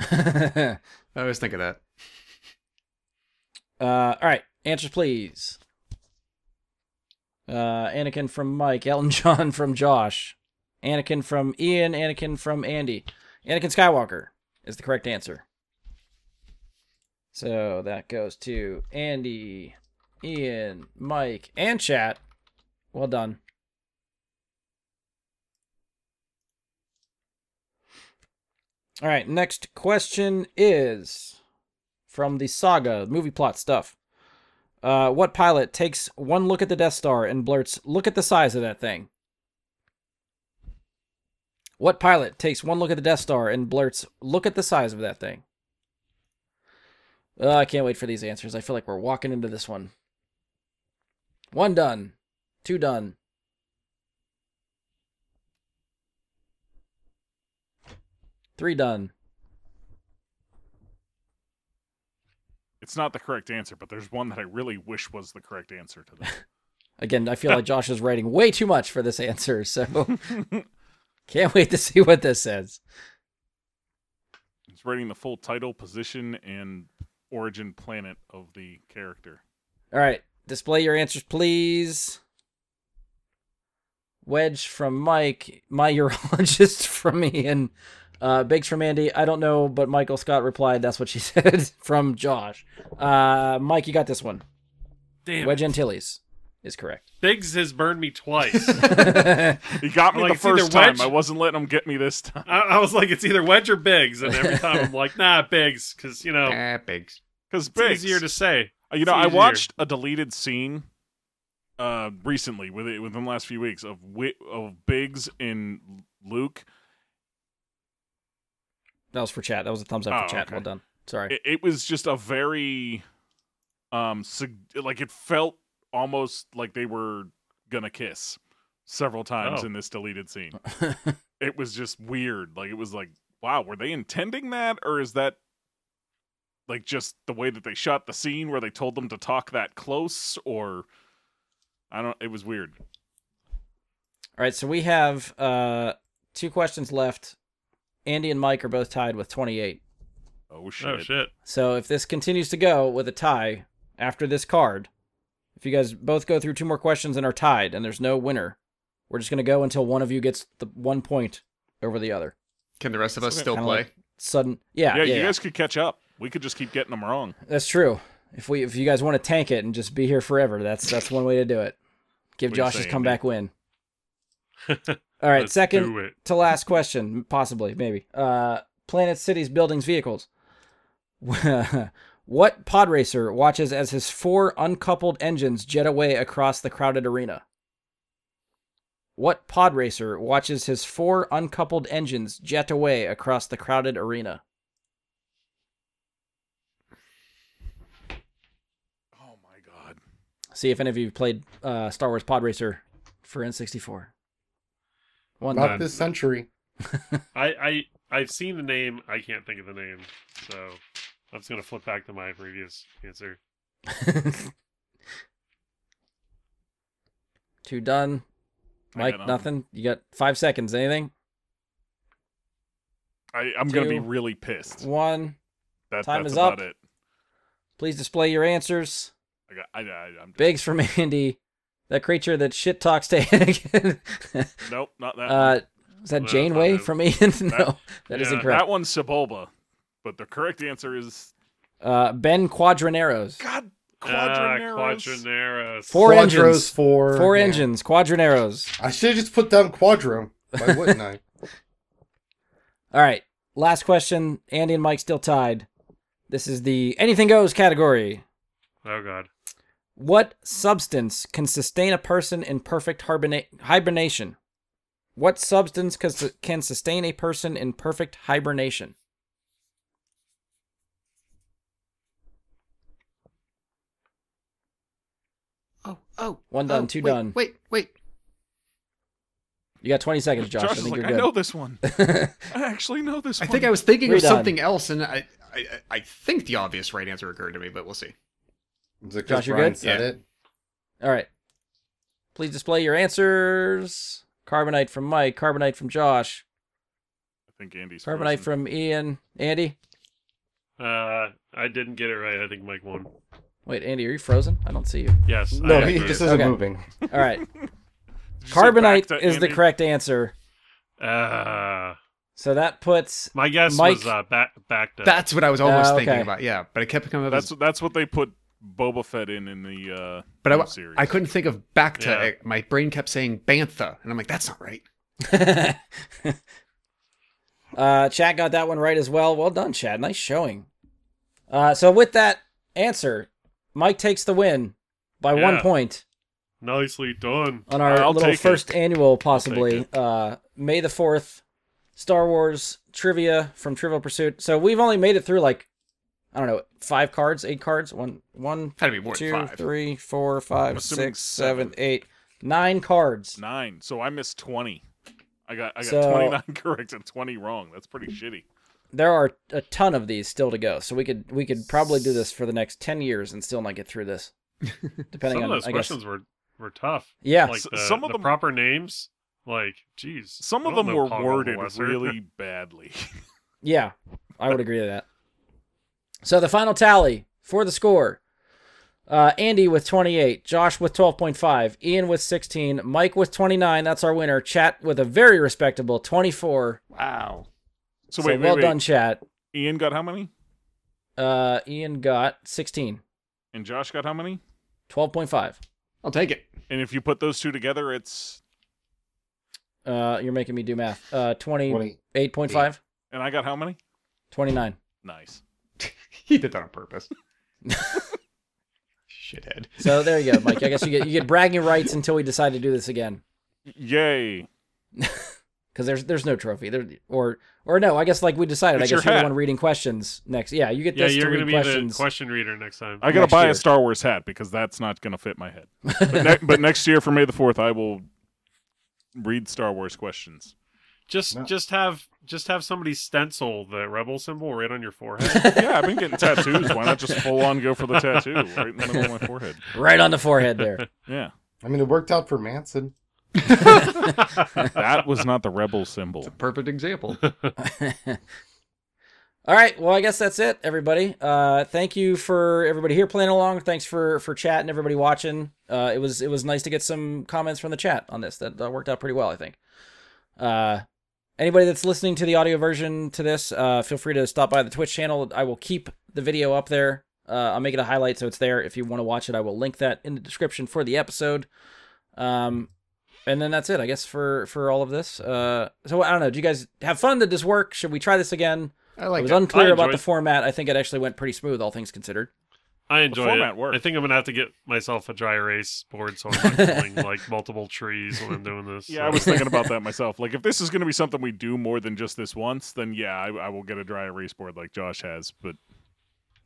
uh,
I always think of that.
Uh, all right, answers please. Uh, Anakin from Mike, Elton John from Josh, Anakin from Ian, Anakin from Andy, Anakin Skywalker is the correct answer. So that goes to Andy, Ian, Mike, and chat. Well done. All right, next question is from the saga, movie plot stuff. Uh, what pilot takes one look at the Death Star and blurts, "Look at the size of that thing." What pilot takes one look at the Death Star and blurts, "Look at the size of that thing." Uh, I can't wait for these answers. I feel like we're walking into this one. One done, two done. Three done.
It's not the correct answer, but there's one that I really wish was the correct answer to that.
Again, I feel like Josh is writing way too much for this answer, so can't wait to see what this says.
It's writing the full title, position, and origin planet of the character.
All right, display your answers, please. Wedge from Mike, my urologist from Ian, uh, Bakes from Andy. I don't know, but Michael Scott replied, "That's what she said." from Josh, uh, Mike, you got this one.
Damn.
Wedge Antilles is correct.
Biggs has burned me twice.
He got me the
Like, it's either
first time.
Wedge-
I wasn't letting him get me this time.
I, I was like, it's either Wedge or Biggs, and every time I'm like, nah, Biggs, because you know
Ah, Biggs.
Because
it's easier to say.
You know,
It's
I
easier.
watched a deleted scene uh recently with it within the last few weeks of Wi- of Biggs and Luke.
That was for chat. That was a thumbs up for
Oh,
chat.
okay.
Well done. Sorry.
It, it was just a very um sug- like it felt almost like they were gonna kiss several times
Oh.
in this deleted scene. it was just weird. Like it was like, wow, were they intending that or is that like just the way that they shot the scene where they told them to talk that close or I don't. It was weird.
All right, so we have uh, two questions left. Andy and Mike are both tied with 28.
Oh shit.
Oh shit!
So if this continues to go with a tie after this card, if you guys both go through two more questions and are tied and there's no winner, we're just going to go until one of you gets the one point over the other.
Can the rest of us
Okay.
still
Kinda
play?
like- Sudden,
yeah,
yeah, yeah,
you
yeah.
guys could catch up. We could just keep getting them wrong.
that's true. If we if you guys want to tank it and just be here forever, that's that's one way to do it. Give
What do you
Josh his
say, Andy?
comeback win. All right,
Let's
second
do it.
to last question, possibly, maybe. Uh, planet, cities, buildings, vehicles. what pod racer watches as his four uncoupled engines jet away across the crowded arena? What pod racer watches his four uncoupled engines jet away across the crowded arena?
Oh my god.
See if any of you played uh, Star Wars Pod Racer for N64. One time.
Not
Not
None.
this century.
I I I've seen the name. I can't think of the name, so I'm just gonna flip back to my previous answer.
Two done.
I
Mike,
got
nothing. You got five seconds. Anything?
I, I'm going to be
Two.
really pissed.
One.
That,
Time
that's
is
about
up.
it.
Please display your answers.
I got, I, I, I'm
Bigs from Andy. That creature that shit talks to Anakin.
nope, not that. one.
uh, is that
Well,
Janeway
that's
from Ian? no, that is
yeah,
incorrect.
that one's Sebulba, but the correct answer is
Uh, ben Quadraneros.
God
Ah,
Quadraneros.
Quadraneros.
Four
Quadros
engines.
for
Four
yeah.
engines. Quadraneros.
I should have just put down Quadro. Why wouldn't I?
All right. Last question. Andy and Mike still tied. This is the anything goes category.
Oh god.
What substance can sustain a person in perfect hibernate, hibernation? What substance can, su- can sustain a person in perfect hibernation?
Oh, oh.
One done, two
two
done.
Wait, wait.
You got 20 seconds, Josh.
Josh
I
is
think
like,
you're
I
good.
know this one. I actually know this
I
one.
think I was thinking
We're
of
done.
something else, and I, I, I I think the obvious right answer occurred to me, but we'll see.
Is it 'cause
Josh, you're
Brian
good?
said
Yeah.
it?
All right. Please display your answers. Carbonite from Mike, Carbonite from Josh,
I think Andy's
Carbonite
frozen.
from Ian. Andy?
Uh, I didn't get it right. I think Mike won.
Wait, Andy, are you frozen? I don't see you.
Yes. I
No,
got
he
through
just
it.
isn't
Okay.
moving.
All right.
Did you say
Carbonite
back to
is the
Andy?
correct answer.
Uh,
So that puts
my guess
Mike-
was uh, back back to
That's what I was almost
Ah, okay.
thinking about. Yeah, but I kept coming up.
That's
That's,
that's what they put Boba Fett in in the uh,
but
new
I,
series.
I couldn't think of Bacta.
Yeah.
I- My brain kept saying Bantha, and I'm like, that's not right.
uh, Chad got that one right as well. Well done, Chad. Nice showing. Uh, so with that answer, Mike takes the win by one
Yeah.
point
nicely done.
on our
I'll
little
take
first annual, possibly
take
uh, May the fourth, Star Wars trivia from Trivial Pursuit. So we've only made it through like I don't know five cards, eight cards, one, one,
Had to be more
two,
than five.
three, four, five,
assuming
six, seven,
seven.
eight, nine cards.
Nine. So I missed twenty. I got I got
So-
twenty nine correct and twenty wrong. That's pretty shitty.
there are a ton of these still to go, so we could we could probably do this for the next ten years and still not get through this. Depending
Some of
on
those
I guess.
questions were were tough.
Yeah.
Like
S-
the,
some of
the
them-
proper names. Like, geez.
Some
I
of
don't
them
know
were
Paul
worded
Lesser.
really badly.
Yeah. I would agree to that. So the final tally for the score. Uh, Andy with 28, Josh with 12.5, Ian with 16, Mike with 29. That's our winner. Chat with a very respectable 24.
Wow.
So wait, wait,
well
wait.
done, chat.
Ian got how many?
Uh, Ian got 16,
And Josh got how many?
12.5.
I'll take it.
And if you put those two together, it's
Uh, you're making me do math. Uh,
20.
28.5,
and I got how many?
29.
Nice.
He did that on purpose. Shithead.
So there you go, Mike. I guess you get you get bragging rights until we decide to do this again,
Yay.
because there's there's no trophy there, or or no, I guess like we decided.
It's
I
your
guess you're the
hat.
one reading questions next. Yeah, you get
Yeah,
this to
you're
read
gonna be
questions.
the question reader next time.
I gotta
Next
buy
year.
a Star Wars hat because that's not gonna fit my head. But, ne- but next year for May the Fourth, I will read Star Wars questions.
Just
No.
just have just have somebody stencil the rebel symbol right on your forehead.
Yeah, I've been getting tattoos. Why not just full on go for the tattoo right in the middle of my forehead?
right on the forehead there.
Yeah.
I mean, it worked out for Manson.
That was not the rebel symbol.
It's a perfect example.
All right. Well, I guess that's it, everybody. Uh, thank you for everybody here playing along. Thanks for for chatting, everybody watching. Uh, it was it was nice to get some comments from the chat on this. That, that worked out pretty well, I think. Uh, anybody that's listening to the audio version to this, uh, feel free to stop by the Twitch channel. I will keep the video up there. Uh, I'll make it a highlight so it's there. If you want to watch it, I will link that in the description for the episode. Um, and then that's it, I guess, for for all of this. Uh, so I don't know. Do you guys have fun? Did this work? Should we try this again?
I
I
like
was
it.
unclear
I
about
enjoyed-
the format. I think it actually went pretty smooth, all things considered.
I enjoy
format
it.
worked.
I think I'm gonna have to get myself a dry erase board so I'm not killing like multiple trees when I'm doing this.
Yeah, I
so.
was thinking about that myself. Like, if this is going to be something we do more than just this once, then yeah, I, I will get a dry erase board like Josh has. But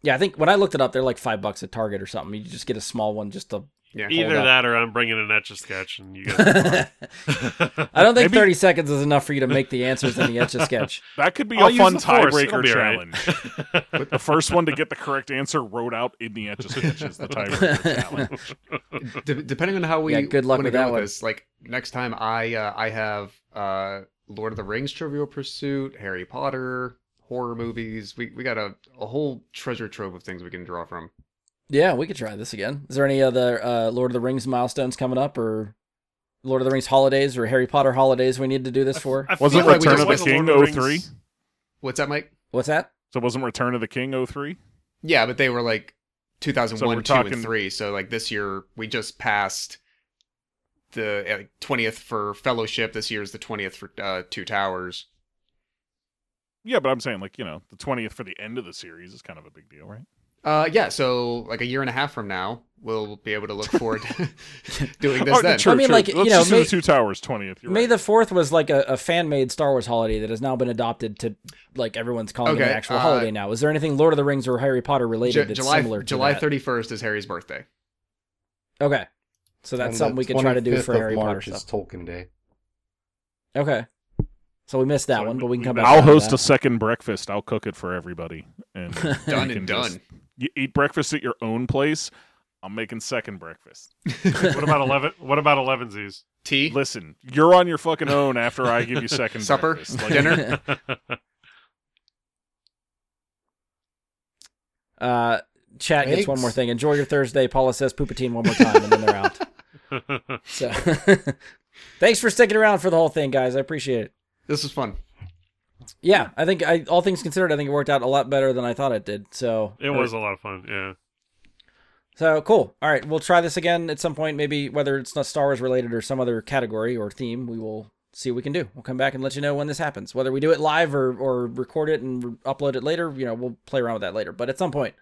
Yeah, I think when I looked it up, they're like five bucks at Target or something. You just get a small one just to.
Yeah.
either
up.
that or I'm bringing an etch a sketch and you guys.
I don't think
Maybe-
thirty seconds is enough for you to make the answers in the etch a sketch.
that could be
I'll
a
use
fun
the force, it'll
tiebreaker
be all right.
challenge. the first one to get the correct answer wrote out in the etch a sketch is the tiebreaker challenge.
De- depending on how we
Yeah, good luck
wanna
with
go
that one.
this, like next time I uh, I have uh Lord of the Rings Trivial Pursuit, Harry Potter, horror movies. We we got a, a whole treasure trove of things we can draw from.
Yeah, we could try this again. Is there any other uh, Lord of the Rings milestones coming up, or Lord of the Rings holidays, or Harry Potter holidays? We need to do this for.
I
Wasn't
feel like we
Return
just
of the
went
King
Lord of the
03?
Rings-
What's that, Mike?
What's that?
So wasn't Return of the King 03?
Yeah, but they were like 2001,
So we're
2
talking-
and 3. So like this year we just passed the uh, 20th for Fellowship. This year is the 20th for uh, Two Towers.
Yeah, but I'm saying like you know the 20th for the end of the series is kind of a big deal, right?
Uh, yeah, so like a year and a half from now, we'll be able to look forward to doing this
Oh,
then.
true,
I mean,
true.
like,
Let's
you know,
just do
May-
the Two Towers 20th. You're
May
right.
the Fourth was like a, a fan made Star Wars holiday that has now been adopted to like everyone's calling it
Okay,
an actual
uh,
holiday now. Is there anything Lord of the Rings or Harry Potter related
Ju-
that's
July
similar to
July
that?
31st is Harry's birthday.
Okay, so that's
And
something
the
we can try to do
25th
for
of
Harry Potter
March
stuff.
is Tolkien Day.
Okay. So we missed that
So
one,
we-
but we can
we
come back.
missed-
I'll
around to
host
that.
a second breakfast. I'll cook it for everybody, and we
Done
can
and
just-
done.
you eat breakfast at your own place. I'm making second breakfast.
what about eleven? What about elevensies?
Tea.
Listen, you're on your fucking own after I give you second
Supper?
breakfast.
Dinner?
uh, chat gets one
Eggs.
more thing. Enjoy your Thursday. Paula says poopatine one more time, and then they're out. So thanks for sticking around for the whole thing, guys. I appreciate it.
This was fun.
Yeah, I think I, all things considered, I think it worked out a lot better than I thought it did. So
it was a lot of fun. Yeah.
So cool. All right, we'll try this again at some point. Maybe whether it's not Star Wars related or some other category or theme, we will see what we can do. We'll come back and let you know when this happens. Whether we do it live or or record it and re- upload it later, you know, we'll play around with that later. But at some point,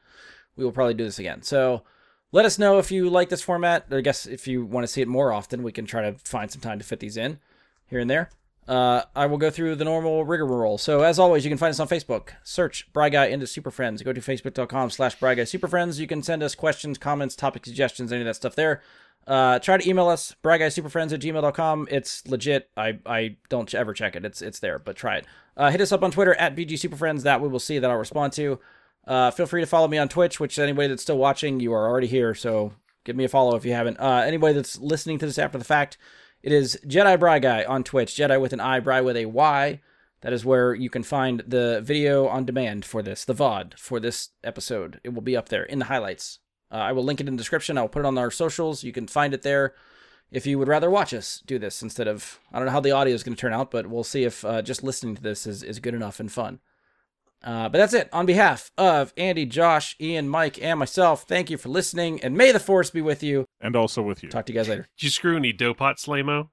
we will probably do this again. So let us know if you like this format. I guess if you want to see it more often, we can try to find some time to fit these in here and there. Uh, I will go through the normal rigmarole. So as always, you can find us on Facebook. Search Bry Guy into Super Friends. Go to facebook.com slash Bry Guy Super Friends. You can send us questions, comments, topic suggestions, any of that stuff there. Uh, try to email us, bryguysuperfriends at gmail.com. It's legit. I, I don't ch- ever check it. It's it's there, but try it. Uh, hit us up on Twitter at BG Superfriends. That we will see that I'll respond to. Uh, feel free to follow me on Twitch, which anybody that's still watching, you are already here, so give me a follow if you haven't. Uh, anybody that's listening to this after the fact, it is Jedi Bry Guy on Twitch, Jedi with an I, Bry with a Y. That is where you can find the video on demand for this, the VOD for this episode. It will be up there in the highlights. Uh, I will link it in the description. I'll put it on our socials. You can find it there if you would rather watch us do this instead of. I don't know how the audio is going to turn out, but we'll see if uh, just listening to this is, is good enough and fun. Uh, but that's it. On behalf of Andy, Josh, Ian, Mike, and myself, thank you for listening, and may the force be with you.
and also with you.
Talk to you guys later.
Did you screw any dopot slamo?